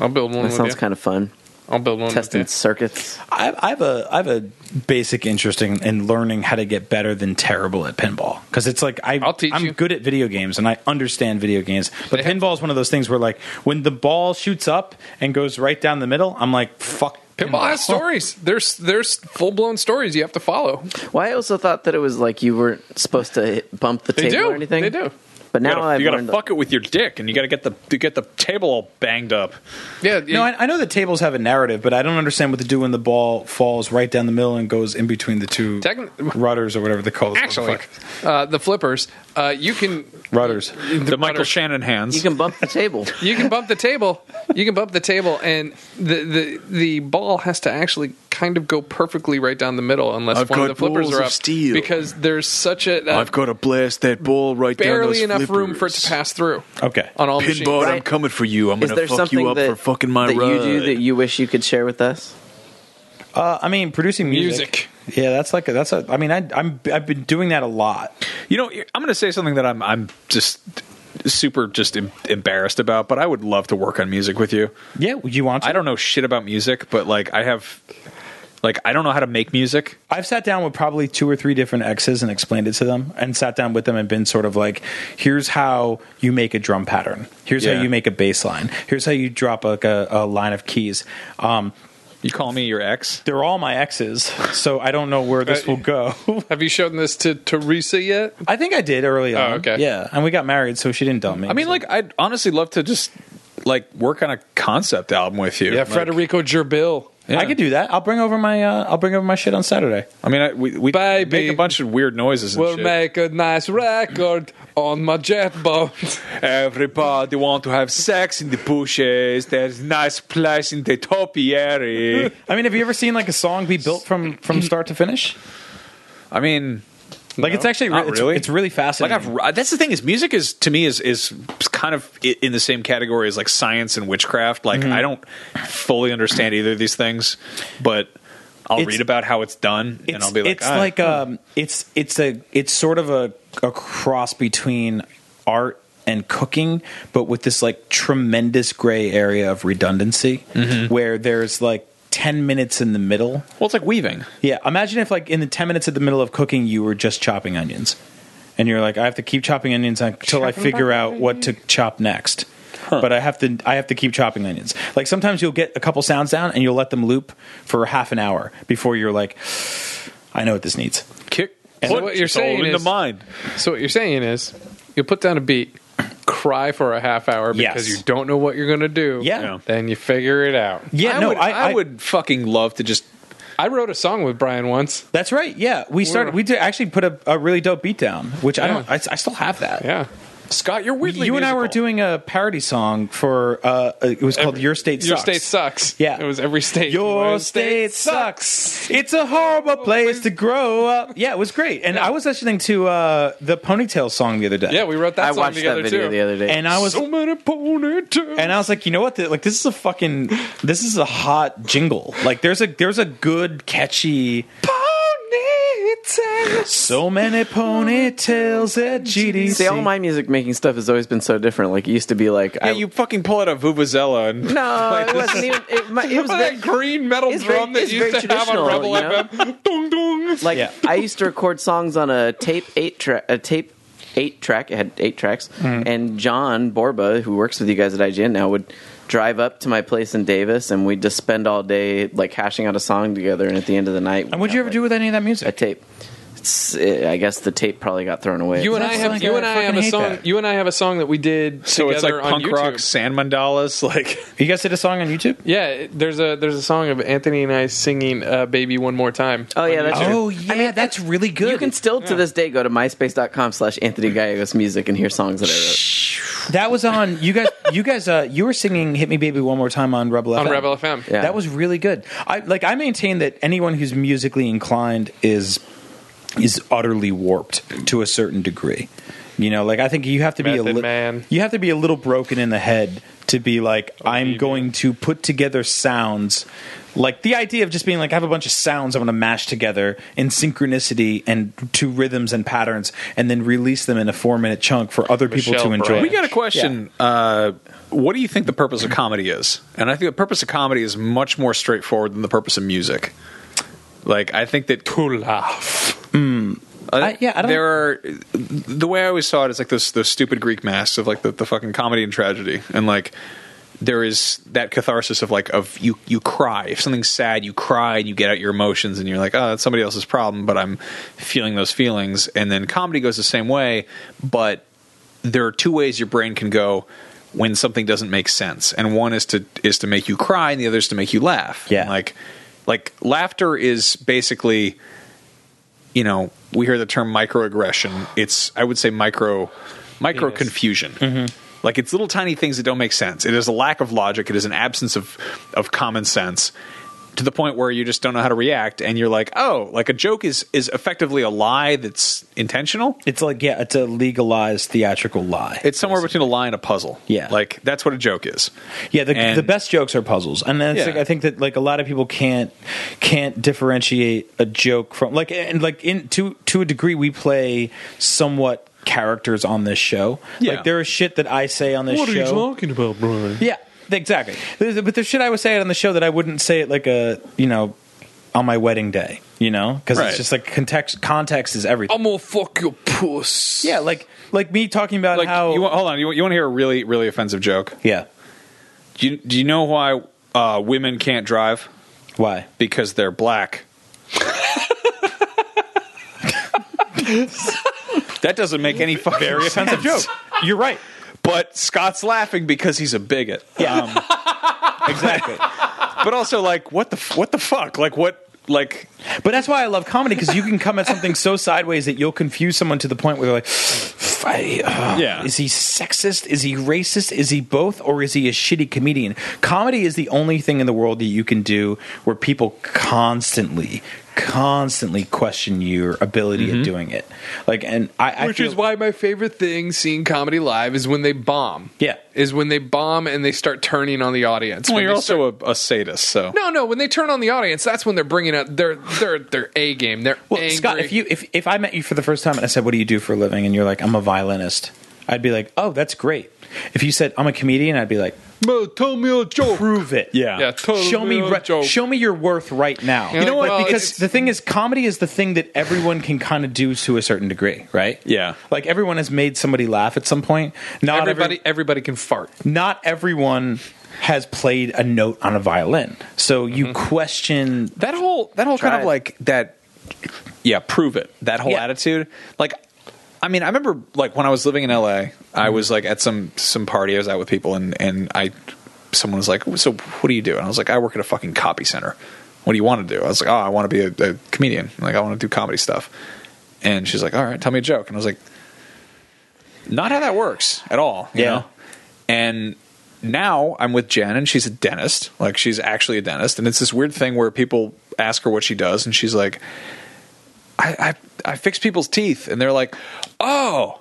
G: I'll build one.
D: that
G: with
D: sounds
G: you.
D: kind of fun.
G: I'll build one.
D: Testing
G: With you.
D: circuits.
F: I, I have a I have a basic interest in, in learning how to get better than terrible at pinball because it's like I
G: I'll teach
F: I'm
G: you.
F: good at video games and I understand video games, but
G: They have-
F: pinball is one of those things where like when the ball shoots up and goes right down the middle, I'm like fuck.
G: Pinball has stories. There's there's full blown stories you have to follow.
D: Well, I also thought that it was like you weren't supposed to hit- bump the
G: They
D: table
G: do.
D: or anything.
G: They do.
D: But
A: You
D: now
A: gotta,
D: I've
A: you gotta
D: learned.
A: fuck it with your dick, and you gotta get the you get the table all banged up.
G: Yeah.
F: Oh, No, I, I know that tables have a narrative, but I don't understand what to do when the ball falls right down the middle and goes in between the two
G: Techni-
F: rudders or whatever they call it.
G: actually, uh, the flippers. Uh, you can
F: rudders.
A: The, Michael
G: butter-
A: Shannon hands.
D: you can bump the table.
G: you can bump the table. You can bump the table, and the the the ball has to actually kind of go perfectly right down the middle, unless
B: I've
G: one of the
B: got
G: flippers
B: balls
G: are
B: of
G: up.
B: steel.
G: Because there's such a uh,
B: I've got to blast that ball right down
G: barely
B: those
G: enough room for it
B: flippers.
G: to pass through.
F: Okay.
G: On all machines.
B: Pinball, I'm
D: Right.
B: coming for you. I'm
D: Is
B: gonna
D: there
B: fuck
D: something
B: you up
D: that,
B: for fucking my
D: that you do
B: ride.
D: that you wish you could share with us?
F: Uh, I mean, producing music. Yeah, that's like a, that's a. I mean, I I'm I've been doing that a lot.
A: You know, I'm going to say something that I'm I'm just super just em- embarrassed about, but I would love to work on music with you.
F: Yeah, would you want? To?
A: I don't know shit about music, but like I have like I don't know how to make music.
F: I've sat down with probably two or three different exes and explained it to them, and sat down with them and been sort of like, "Here's how you make a drum pattern. Here's
A: Yeah.
F: how you make a bass line. Here's how you drop like a, a line of keys." Um,
A: You call me your ex?
F: they're all my exes, so I don't know where this will go.
G: Have you shown this to Teresa yet?
F: I think I did early on.
G: okay.
F: Yeah, and we got married, so she didn't dump me.
A: I mean,
F: So-
A: like I'd honestly love to just like work on a concept album with you.
G: Yeah,
A: Like,
G: Frederico Gerbil.
A: yeah.
F: I could do that. I'll bring over my uh, I'll bring over my shit on Saturday.
A: I mean, I, we we
G: Baby.
A: make a bunch of weird noises and
G: We'll
A: shit.
G: make a nice record on my jet boat.
A: Everybody want to have sex in the bushes. There's nice place in the topiary.
F: I mean, have you ever seen like a song be built from from start to finish?
A: I mean,
F: Like it's actually
A: Not
F: re- it's,
A: really.
F: it's really
A: like
F: fascinating.
A: I've ri- that's the thing is music is to me is is kind of i- in the same category as like science and witchcraft. Like I don't fully understand either of these things, but I'll
F: It's-
A: read about how it's done and
F: it's,
A: I'll be like,
F: it's
A: "Ah,
F: like um, it's it's a it's sort of a, a cross between art and cooking, but with this like tremendous gray area of redundancy
A: Mm-hmm.
F: where there's like ten minutes in the middle.
A: well, it's like weaving.
F: Yeah, imagine if like in the ten minutes at the middle of cooking, you were just chopping onions, and you're like, I have to keep chopping onions until I figure out what to chop next. But I have to, I have to keep chopping onions. Like sometimes you'll get a couple sounds down, and you'll let them loop for half an hour before you're like, I know what this needs.
A: Kick.
G: So
A: put
G: what you're
A: soul
G: saying
A: into
G: is-
A: mind.
G: so what you're saying is, you put down a beat, try for a half hour because
F: Yes.
G: you don't know what you're going to do.
F: Yeah. Yeah.
G: Then you figure it out.
F: Yeah,
A: I
F: no,
A: would,
F: I, I, would.
A: would fucking love to just.
G: I wrote a song with Brian once.
F: That's right. Yeah, we started. We did actually put a, a really dope beat down, which I don't. I, I still have that.
G: Yeah. Scott, you're weirdly
F: you and I
G: musical.
F: were doing a parody song for. Uh, it was called "Your State."
G: Your
F: Sucks.
G: state sucks.
F: Yeah.
G: It was every state.
F: Your
G: Mine
F: state sucks. It's a horrible place to grow up. Yeah, it was great. And I was listening to uh, the ponytail song the other day.
G: Yeah, we wrote that
D: I
G: song
D: watched that
G: together
D: video
G: too.
D: the other day.
F: and I was
G: so many ponytails.
F: and I was like, you know what? The, like this is a fucking this is a hot jingle. Like there's a there's a good catchy
G: ponytails.
F: so many ponytails at GDC.
D: See, all my music making stuff has always been so different. Like it used to be like I,
A: Yeah, you fucking pull out a vuvuzela and
D: No, it wasn't even. It, mi- it was
G: Remember
D: very,
G: that green metal
D: it's very-
G: drum that
D: it's
G: you used
D: very
G: to have on Rebel
D: traditional, you know?
G: FM? dung, dung.
D: like
F: Yeah.
D: I used to record songs on a tape eight track, a tape eight track. It had eight tracks,
F: Mm-hmm.
D: and John Borba, who works with you guys at IGN now, would drive up to my place in Davis, and we'd just spend all day like hashing out a song together. And at the end of the night,
F: and what'd you ever do with any of that music?
D: a tape? It's, eh, I guess the tape probably got thrown away.
G: You and I
F: That's
G: have
F: like
G: you
F: I
G: and I have
F: fucking
G: a
F: hate
G: song.
F: that.
G: You and I have a song that we did
A: so it's like
G: together on
A: punk
G: YouTube.
A: rock, sand mandalas, like
F: You guys did a song on YouTube?
G: Yeah, it- there's a there's a song of Anthony and I singing uh, "Baby One More Time."
D: oh yeah, that's true.
F: yeah, that's really good.
D: You can still to this day go to myspace.com slash Anthony Gallegos music and hear songs that I wrote.
F: that was on you guys. You guys, uh, you were singing "Hit Me, Baby, One More Time" on Rebel
G: on
F: FM.
G: Rebel FM.
D: Yeah.
F: That was really good. I like. I maintain that anyone who's musically inclined is is utterly warped to a certain degree. You know, like I think you have to be a
G: Method
F: little
G: Man. Oh,
F: You have to be a little broken in the head to be like, I'm going to put together sounds. Like the idea of just being like, I have a bunch of sounds I'm going to mash together in synchronicity and to rhythms and patterns, and then release them in a four minute chunk for other people
G: Michelle
F: to enjoy.
G: Branch.
A: We got a question. Uh, what do you think the purpose of comedy is? And I think the purpose of comedy is much more straightforward than the purpose of music. Like I think that to laugh.
F: I- yeah, I don't-
A: there are the way I always saw it is like those those stupid Greek masks of like the, the fucking comedy and tragedy, and like there is that catharsis of like of you you cry if something's sad you cry and you get out your emotions and you're like oh that's somebody else's problem but I'm feeling those feelings and then comedy goes the same way but there are two ways your brain can go when something doesn't make sense and one is to is to make you cry and the other is to make you laugh
F: Yeah.
A: And, like like laughter is basically you know we hear the term microaggression it's i would say micro micro confusion
F: Mm-hmm.
A: like it's little tiny things that don't make sense it is a lack of logic it is an absence of of common sense to the point where you just don't know how to react and you're like oh like a joke is is effectively a lie that's intentional
F: It's like yeah, it's a legalized theatrical lie.
A: it's somewhere between a lie and a puzzle.
F: Yeah.
A: Like that's what a joke is.
F: Yeah, the,
A: And-
F: the best jokes are puzzles, and that's
A: Yeah.
F: like, I think that like a lot of people can't can't differentiate a joke from like and like in to to a degree we play somewhat characters on this show.
A: Yeah.
F: Like there is shit that I say on this
G: What are
F: show.
G: you talking about, Brian?
F: Yeah, exactly. There's, but there's shit I would say on the show that I wouldn't say it like a you know on my wedding day. You know, because
A: Right.
F: it's just like context. Context is everything.
G: I'm gonna fuck your puss.
F: yeah, like like me talking about
A: Like
F: how
A: you want, hold on, you, want- you want to hear a really really offensive joke?
F: yeah.
A: Do you, do you know why uh, women can't drive?
F: Why?
A: Because they're black. that doesn't make any fucking very offensive joke.
F: You're right.
A: But Scott's laughing because he's a bigot.
F: Yeah. exactly.
A: But also like what the f- what the fuck? Like what like
F: But that's why I love comedy because you can come at something so sideways that you'll confuse someone to the point where they're like, I, uh,
A: Yeah.
F: is he sexist? Is he racist? Is he both? Or is he a shitty comedian? Comedy is the only thing in the world that you can do where people constantly, constantly question your ability at doing it. Like, and I, I
G: Which
F: feel-
G: is why my favorite thing seeing comedy live is when they bomb.
F: Yeah.
G: Is when they bomb and they start turning on the audience.
A: well,
G: When
A: you're
G: they start-
A: also a, a sadist, so
G: No, no. When they turn on the audience, that's when they're bringing out their their their A game. They're
F: Well, Scott, if you if if I met you for the first time and I said, "What do you do for a living?" and you're like, "I'm a violinist," I'd be like, "Oh, that's great." If you said, "I'm a comedian," I'd be like,
G: tell me a joke.
F: "Prove it."
G: Yeah, totally
F: show me
G: a
F: re-
G: joke.
F: show me your worth right now.
G: You know what? Well,
F: because
G: it's-
F: the thing is, comedy is the thing that everyone can kind of do to a certain degree, right?
A: Yeah.
F: like everyone has made somebody laugh at some point. Not
G: everybody
F: every,
G: everybody can fart.
F: not everyone has played a note on a violin, so you
G: Mm-hmm.
F: question.
A: that whole that whole
D: Try
A: kind of
D: it.
A: like that yeah prove it that whole
F: Yeah.
A: attitude like I mean, I remember like when I was living in LA, I was like at some some party. I was out with people, and and I someone was like, "So what do you do?" And I was like, "I work at a fucking copy center." What do you want to do? I was like, "Oh, I want to be a, a comedian. Like, I want to do comedy stuff." And she's like, "All right, tell me a joke." And I was like, "Not how that works at all." You
F: Yeah.
A: Know? And now I'm with Jen, and she's a dentist. Like, she's actually a dentist, and it's this weird thing where people ask her what she does, and she's like. I, I I fix people's teeth, and they're like, "Oh,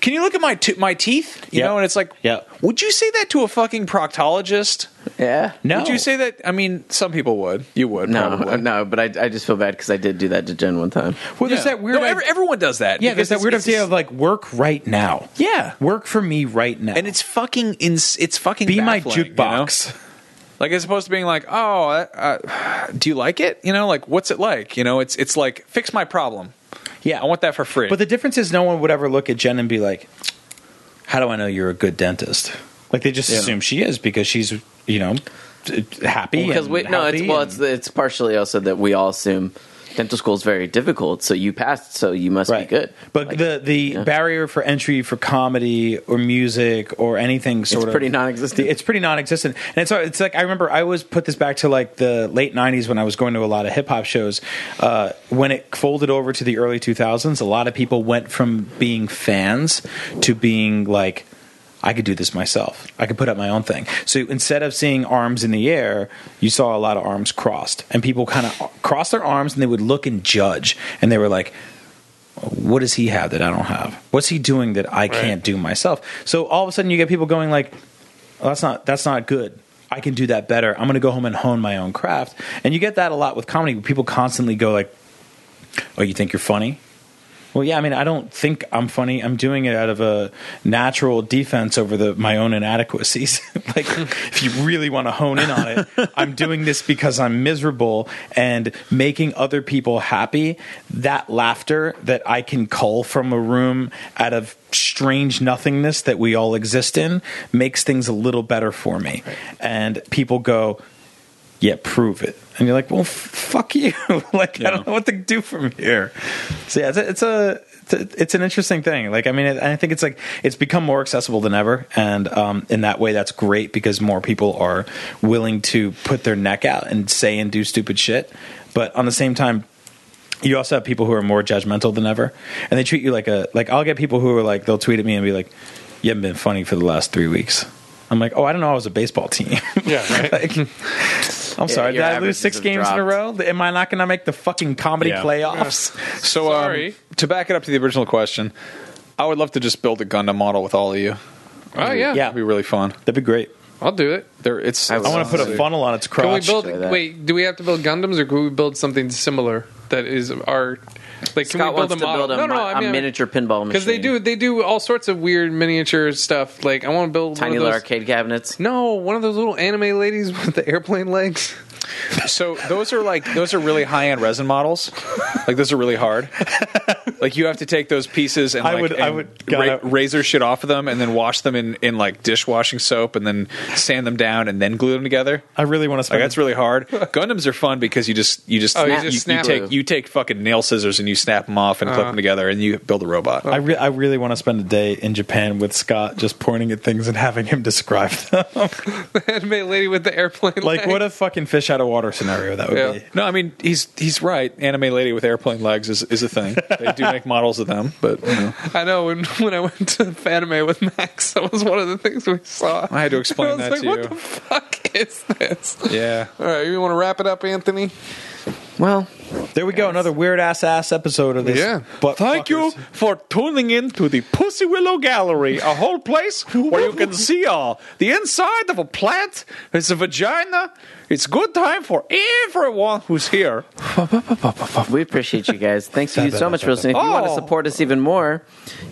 A: can you look at my t- my teeth?" You
F: Yeah.
A: know, and it's like,
F: Yeah.
A: Would you say that to a fucking proctologist?
D: Yeah.
F: No.
A: Would you say that? I mean, some people would. You would.
D: No,
A: probably.
D: no, but I, I just feel bad because I did do that to Jen one time.
F: Well, there's
A: Yeah.
F: that weird.
A: No, ev-
F: idea-
A: everyone does that.
F: yeah,
A: because
F: there's that
A: it's-
F: weird
A: it's
F: idea
A: this-
F: of like work right now.
A: Yeah.
F: work for me right now.
A: and it's fucking ins- it's fucking
F: be my
A: baffling, you know?
F: jukebox.
A: Like as opposed to being like, "Oh, uh, uh, do you like it?" You know, like what's it like? You know, it's it's like fix my problem.
F: Yeah,
A: I want that for free.
F: But the difference is, no one would ever look at Jen and be like, "How do I know you're a good dentist?" Like they just assume she is because she's you know t- happy.
D: Because
F: and
D: we no, it's
F: healthy
D: well,
F: and-
D: it's it's partially also that we all assume dental school is very difficult, so you passed, so you must be good.
F: But
D: Like,
F: the the
D: yeah.
F: barrier for entry for comedy or music or anything sort of
D: pretty non-existent.
F: It's pretty non-existent, and it's it's like I remember I always put this back to like the late '90s when I was going to a lot of hip hop shows. Uh, when it folded over to the early 2000s, a lot of people went from being fans to being like. I could do this myself. I could put up my own thing. So instead of seeing arms in the air, you saw a lot of arms crossed. And people kind of crossed their arms and they would look and judge. And they were like, what does he have that I don't have? What's he doing that I can't do myself? So all of a sudden you get people going like, well, that's not that's not good. I can do that better. I'm going to go home and hone my own craft. And you get that a lot with comedy. People constantly go like, "Oh, you think you're funny?" Well, yeah. I mean, I don't think I'm funny. I'm doing it out of a natural defense over the my own inadequacies. like, if you really want to hone in on it, I'm doing this because I'm miserable and making other people happy. That laughter that I can cull from a room out of strange nothingness that we all exist in makes things a little better for me. And people go, yeah, prove it. And you're like, well, f- fuck you. like, I don't know what to do from here. So yeah, it's a, it's a, it's a- it's an interesting thing. Like, I mean, it, I think it's like it's become more accessible than ever, and um, in that way, that's great because more people are willing to put their neck out and say and do stupid shit. But on the same time, you also have people who are more judgmental than ever, and they treat you like a like. I'll get people who are like, they'll tweet at me and be like, "You haven't been funny for the last three weeks." I'm like, "Oh, I don't know. I was a baseball team."
G: Yeah, right.
F: Like, I'm sorry. Did
D: your
F: I lose
D: averages
F: six
D: have
F: games in a row? Am I not going to make the fucking comedy
A: Yeah.
F: playoffs?
A: So, um,
G: Sorry.
A: to back it up to the original question, I would love to just build a Gundam model with all of you.
G: Oh yeah,
F: Yeah.
A: That'd be really fun.
F: That'd be great.
G: I'll do it.
A: There, it's.
D: I
F: I want to put a funnel on its crotch.
G: Can we build?
D: Try that.
G: Wait, do we have to build Gundams, or can we build something similar that is our? Like, can
D: Scott
G: we build
D: wants
G: a
D: to
G: model?
D: build a, mi- a miniature pinball machine
G: because they do they do all sorts of weird miniature stuff. Like, I want to build
D: tiny
G: one of
D: little
G: those, Hmm?
D: arcade cabinets.
G: No, one of those little anime ladies with the airplane legs.
A: So those are like those are really high end resin models. Like those are really hard. Like you have to take those pieces and
F: I
A: like,
F: would- I
A: and
F: would-
A: ra-
F: gotta-
A: razor shit off of them and then wash them in in like dishwashing soap and then sand them down and then glue them together.
F: I really want to
A: Like
F: spend.
A: that's really hard. Gundams are fun because you just you just,
G: Oh, you
A: you,
G: just
A: you
G: snap
A: take
D: glue.
A: you take fucking nail scissors and you snap them off and
F: Uh-huh.
A: clip them together and you build a robot.
F: I, re- I really want to spend a day in Japan with Scott, just pointing at things and having him describe them.
G: the anime lady with the airplane
F: like,
G: legs.
F: what a fucking fish out of water scenario that would
G: Yeah.
F: be.
A: No, I mean he's he's right. Anime lady with airplane legs is, is a thing. They do make models of them, but you know.
G: I know when, when I went to Fanime with Max, that was one of the things we saw.
A: I had to explain
G: I was
A: that
G: like,
A: to
G: what
A: you.
G: the fuck is this?
A: yeah.
G: All right, you want to wrap it up, Anthony?
D: Well,
F: There we go. Another weird ass ass episode of this.
G: Yeah.
F: But
A: Thank you for tuning in to the Pussy Willow Gallery, a whole place where you can see all the inside of a plant. It's a vagina. It's good time for everyone who's here.
D: we appreciate you guys. Thanks to you so much for listening. If you want to
A: Oh.
D: support us even more,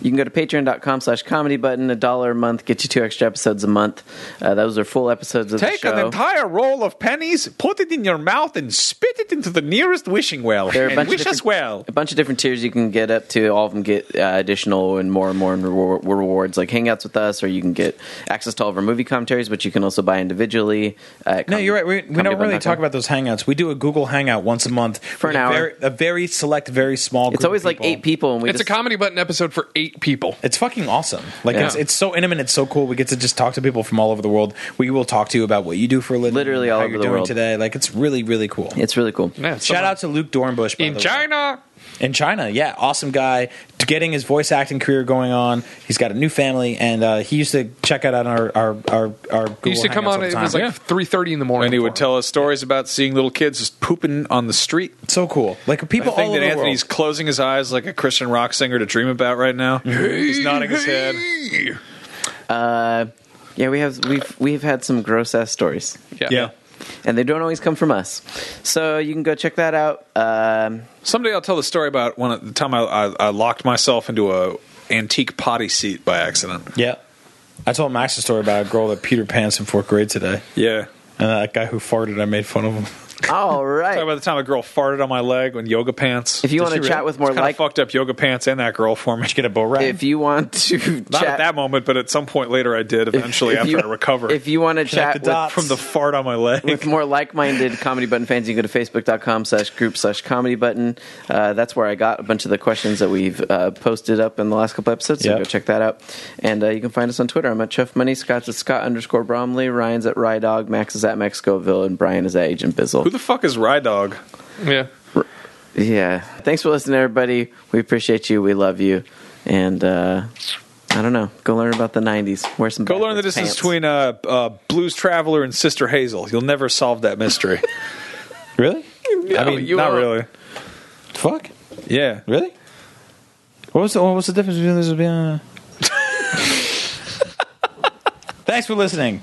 D: you can go to patreon.com slash comedy button. A dollar a month gets you two extra episodes a month. Uh, those are full episodes of
A: Take
D: the
A: an
D: show.
A: entire roll of pennies, put it in your mouth, and spit it into the nearest wish wishing well.
D: There are a
A: and
D: bunch of
A: wish us
D: different-
A: well.
D: a bunch of different tiers you can get up to. All of them get uh, additional and more and more and rewar- rewards like hangouts with us, or you can get access to all of our movie commentaries, which you can also buy individually. uh, At
F: No,
D: com-
F: you're right. We, we don't really
D: comedybun.com.
F: talk about those hangouts. We do a Google Hangout once a month
D: For
F: with
D: an
F: a
D: hour.
F: Very, a very select, very small. Group
D: It's always
F: of
D: like eight people, and we
G: It's
D: just
G: a comedy button episode for eight people.
F: It's fucking awesome. Like
D: Yeah.
F: it's it's so intimate. It's so cool. We get to just talk to people from all over the world. We will talk to you about what you do for a living,
D: Literally all
F: how
D: over
F: you're
D: the
F: doing
D: world.
F: today. Like it's really really cool.
D: it's really cool.
G: Yeah,
F: Shout out to Luke Dornbush by
G: in
F: the way.
G: China.
F: in China. Yeah, awesome guy. Getting his voice acting career going on. He's got a new family, and uh, he used to check out on our our our, our Google
G: He used to come
F: Hangouts all
G: on.
F: the
G: It
F: time.
G: was like three thirty in the morning.
A: And he
G: for
A: would
G: him.
A: tell us stories about seeing little kids just pooping on the street.
F: so cool. Like people
A: The thing
F: all
A: that
F: over the
A: Anthony's
F: world.
A: closing his eyes like a Christian rock singer to dream about right now. He's nodding his head.
D: Uh, yeah, we have we've we've had some gross ass stories,
G: Yeah.
D: and they don't always come from us. So you can go check that out. Um,
A: Someday I'll tell the story about one of the time I, I, I locked myself into a antique potty seat by accident.
F: yeah. I told Max a story about a girl that Peter Pants in fourth grade today,
A: Yeah.
F: and that guy who farted. I made fun of him.
D: all
A: Talk
D: right.
A: about the time a girl farted on my leg in yoga pants.
D: If you
A: Did
D: wanna
A: she
D: chat with more
A: It's kinda
D: like-
A: fucked up yoga pants and that girl for me.
F: Get a bow ride.
D: If you want to
A: Not
D: chat
A: at that moment, but at some point later, I did eventually
D: if
A: after
D: you-
A: I recovered
D: if you want to chat
F: the
D: with
F: dots.
A: from the fart on my leg.
D: with more like-minded comedy button fans you can go to facebook.com slash group slash comedy button uh, that's where i got a bunch of the questions that we've uh, posted up in the last couple episodes so
F: Yep.
D: go check that out and uh, you can find us on twitter i'm at chuff money scott's at scott underscore bromley ryan's at rydog max is at maxcoville and brian is at agent bizzle
A: Who the fuck is Rye Dog?
G: Yeah.
D: yeah thanks for listening everybody we appreciate you we love you and uh, i don't know go learn about the 90s wear some
A: Go learn the
D: backwards
A: distance
D: pants.
A: between uh, uh, Blues Traveler and Sister Hazel. You'll never solve that mystery.
F: really?
A: I mean,
G: you
A: not
G: are-
A: really.
F: Fuck.
A: Yeah.
F: Really? What was the what was the difference between this and being? uh, Thanks for listening.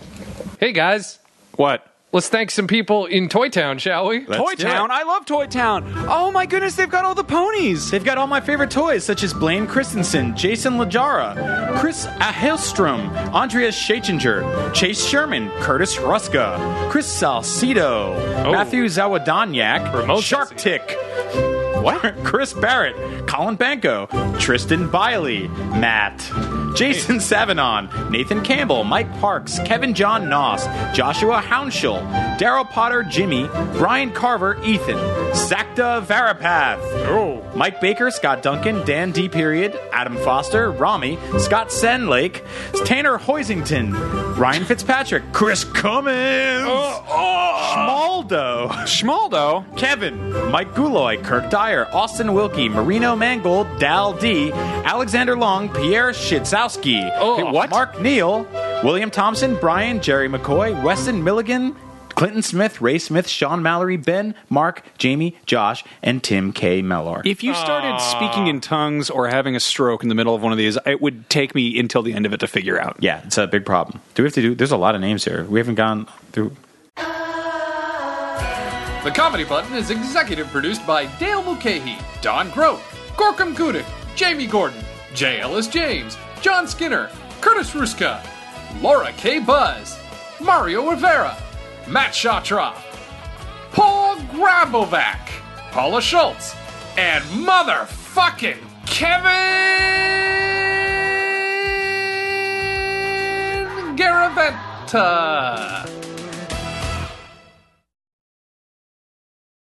G: Hey guys,
A: What?
G: let's thank some people in Toy Town, shall we?
J: Toy
F: do
J: Town. I love Toy Town. Oh my goodness, they've got all the ponies.
F: They've got all my favorite toys, such as Blaine Christensen, Jason Lajara, Chris Ahilstrom, Andreas Schachinger, Chase Sherman, Curtis Ruska, Chris Salcido, Matthew Zawadanyak,
G: Remote
F: Shark Tick. What? Chris Barrett, Colin Banco, Tristan Biley, Matt, Jason Savanon, Nathan Campbell, Mike Parks, Kevin John Noss, Joshua Hounshell, Daryl Potter, Jimmy, Brian Carver, Ethan, Zakta Varapath, Mike Baker, Scott Duncan, Dan D. Period, Adam Foster, Rami, Scott Senlake, Tanner Hoisington, Ryan Fitzpatrick, Chris Cummins, Schmaldo.
J: Schmaldo.
F: Kevin, Mike Guloy, Kirk Dyer, Austin Wilkie, Marino Mangold, Dal D, Alexander Long, Pierre Shitzowski,
G: Oh. What?
F: Mark Neal, William Thompson, Brian, Jerry McCoy, Weston Milligan, Clinton Smith, Ray Smith, Sean Mallory, Ben, Mark, Jamie, Josh, and Tim K. Mellar.
J: If you started speaking in tongues or having a stroke in the middle of one of these, it would take me until the end of it to figure out.
F: yeah, it's a big problem. Do we have to do? There's a lot of names here. We haven't gone through.
G: The Comedy Button is executive produced by Dale Mulcahy, Don Grote, Gorkum Gudick, Jamie Gordon, J. Ellis James, John Skinner, Curtis Ruska, Laura K. Buzz, Mario Rivera, Matt Shatra, Paul Grabovac, Paula Schultz, and motherfucking Kevin Garaventa.